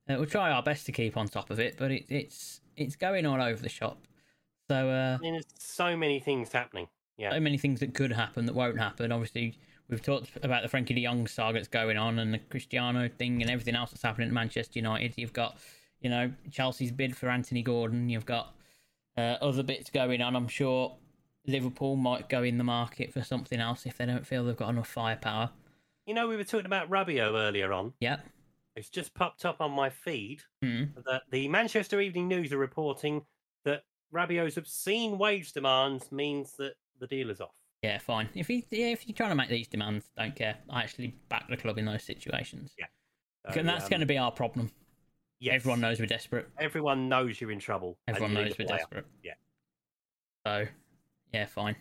Speaker 1: Uh, we'll try our best to keep on top of it, but it, it's it's going all over the shop. So uh
Speaker 2: I mean, there's so many things happening. Yeah,
Speaker 1: so many things that could happen that won't happen. Obviously, we've talked about the Frankie de Jong saga that's going on and the Cristiano thing and everything else that's happening at Manchester United. You've got, you know, Chelsea's bid for Anthony Gordon. You've got uh, other bits going on. I'm sure Liverpool might go in the market for something else if they don't feel they've got enough firepower.
Speaker 2: you know we were talking about Rabio earlier on.
Speaker 1: Yep.
Speaker 2: It's just popped up on my feed
Speaker 1: Hmm.
Speaker 2: that the Manchester Evening News are reporting that Rabiot's obscene wage demands means that the deal is off.
Speaker 1: Yeah, fine. If he, yeah, if you're trying to make these demands, don't care. I actually back the club in those situations, and that's going to be our problem.
Speaker 2: um, yes.
Speaker 1: Everyone knows we're desperate.
Speaker 2: Everyone knows you're in trouble. and
Speaker 1: Everyone
Speaker 2: you need
Speaker 1: knows
Speaker 2: a
Speaker 1: we're
Speaker 2: player.
Speaker 1: desperate.
Speaker 2: Yeah.
Speaker 1: So, yeah, fine.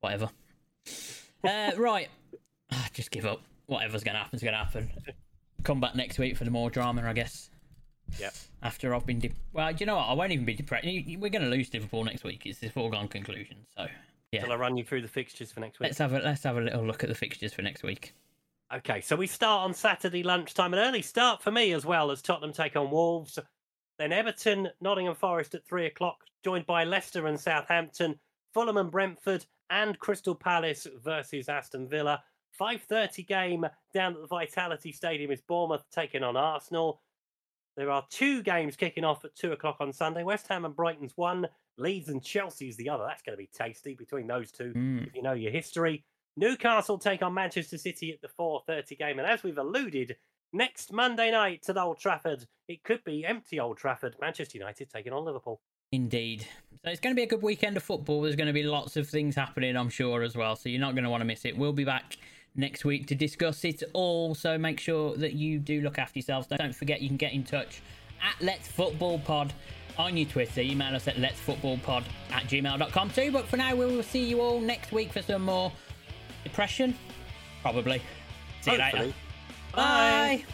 Speaker 1: Whatever. uh, right. Ah, Just give up. Whatever's going to happen's going to happen. Come back next week for the more drama, I guess.
Speaker 2: Yep.
Speaker 1: After I've been. De- well, do you know what? I won't even be depressed. You- you- We're going to lose Liverpool next week. It's a foregone conclusion. So, yeah.
Speaker 2: Shall I run you through the fixtures for next week?
Speaker 1: Let's have a let's have a little look at the fixtures for next week.
Speaker 2: Okay, so we start on Saturday lunchtime, an early start for me as well as Tottenham take on Wolves. Then Everton, Nottingham Forest at three o'clock, joined by Leicester and Southampton, Fulham and Brentford, and Crystal Palace versus Aston Villa. 5:30 game down at the Vitality Stadium is Bournemouth taking on Arsenal. There are two games kicking off at two o'clock on Sunday. West Ham and Brighton's one, Leeds and Chelsea's the other. That's going to be tasty between those two
Speaker 1: Mm.
Speaker 2: if you know your history. Newcastle take on Manchester City at the 4:30 game, and as we've alluded, next Monday night at Old Trafford, it could be empty Old Trafford. Manchester United taking on Liverpool.
Speaker 1: Indeed. So it's going to be a good weekend of football. There's going to be lots of things happening, I'm sure, as well. So you're not going to want to miss it. We'll be back next week to discuss it all. So make sure that you do look after yourselves. Don't forget you can get in touch at Let's Football Pod on your Twitter. Email us at Let's Football Pod at gmail.com too. But for now, we will see you all next week for some more depression. Probably. See you later.
Speaker 2: Hopefully.
Speaker 1: Bye.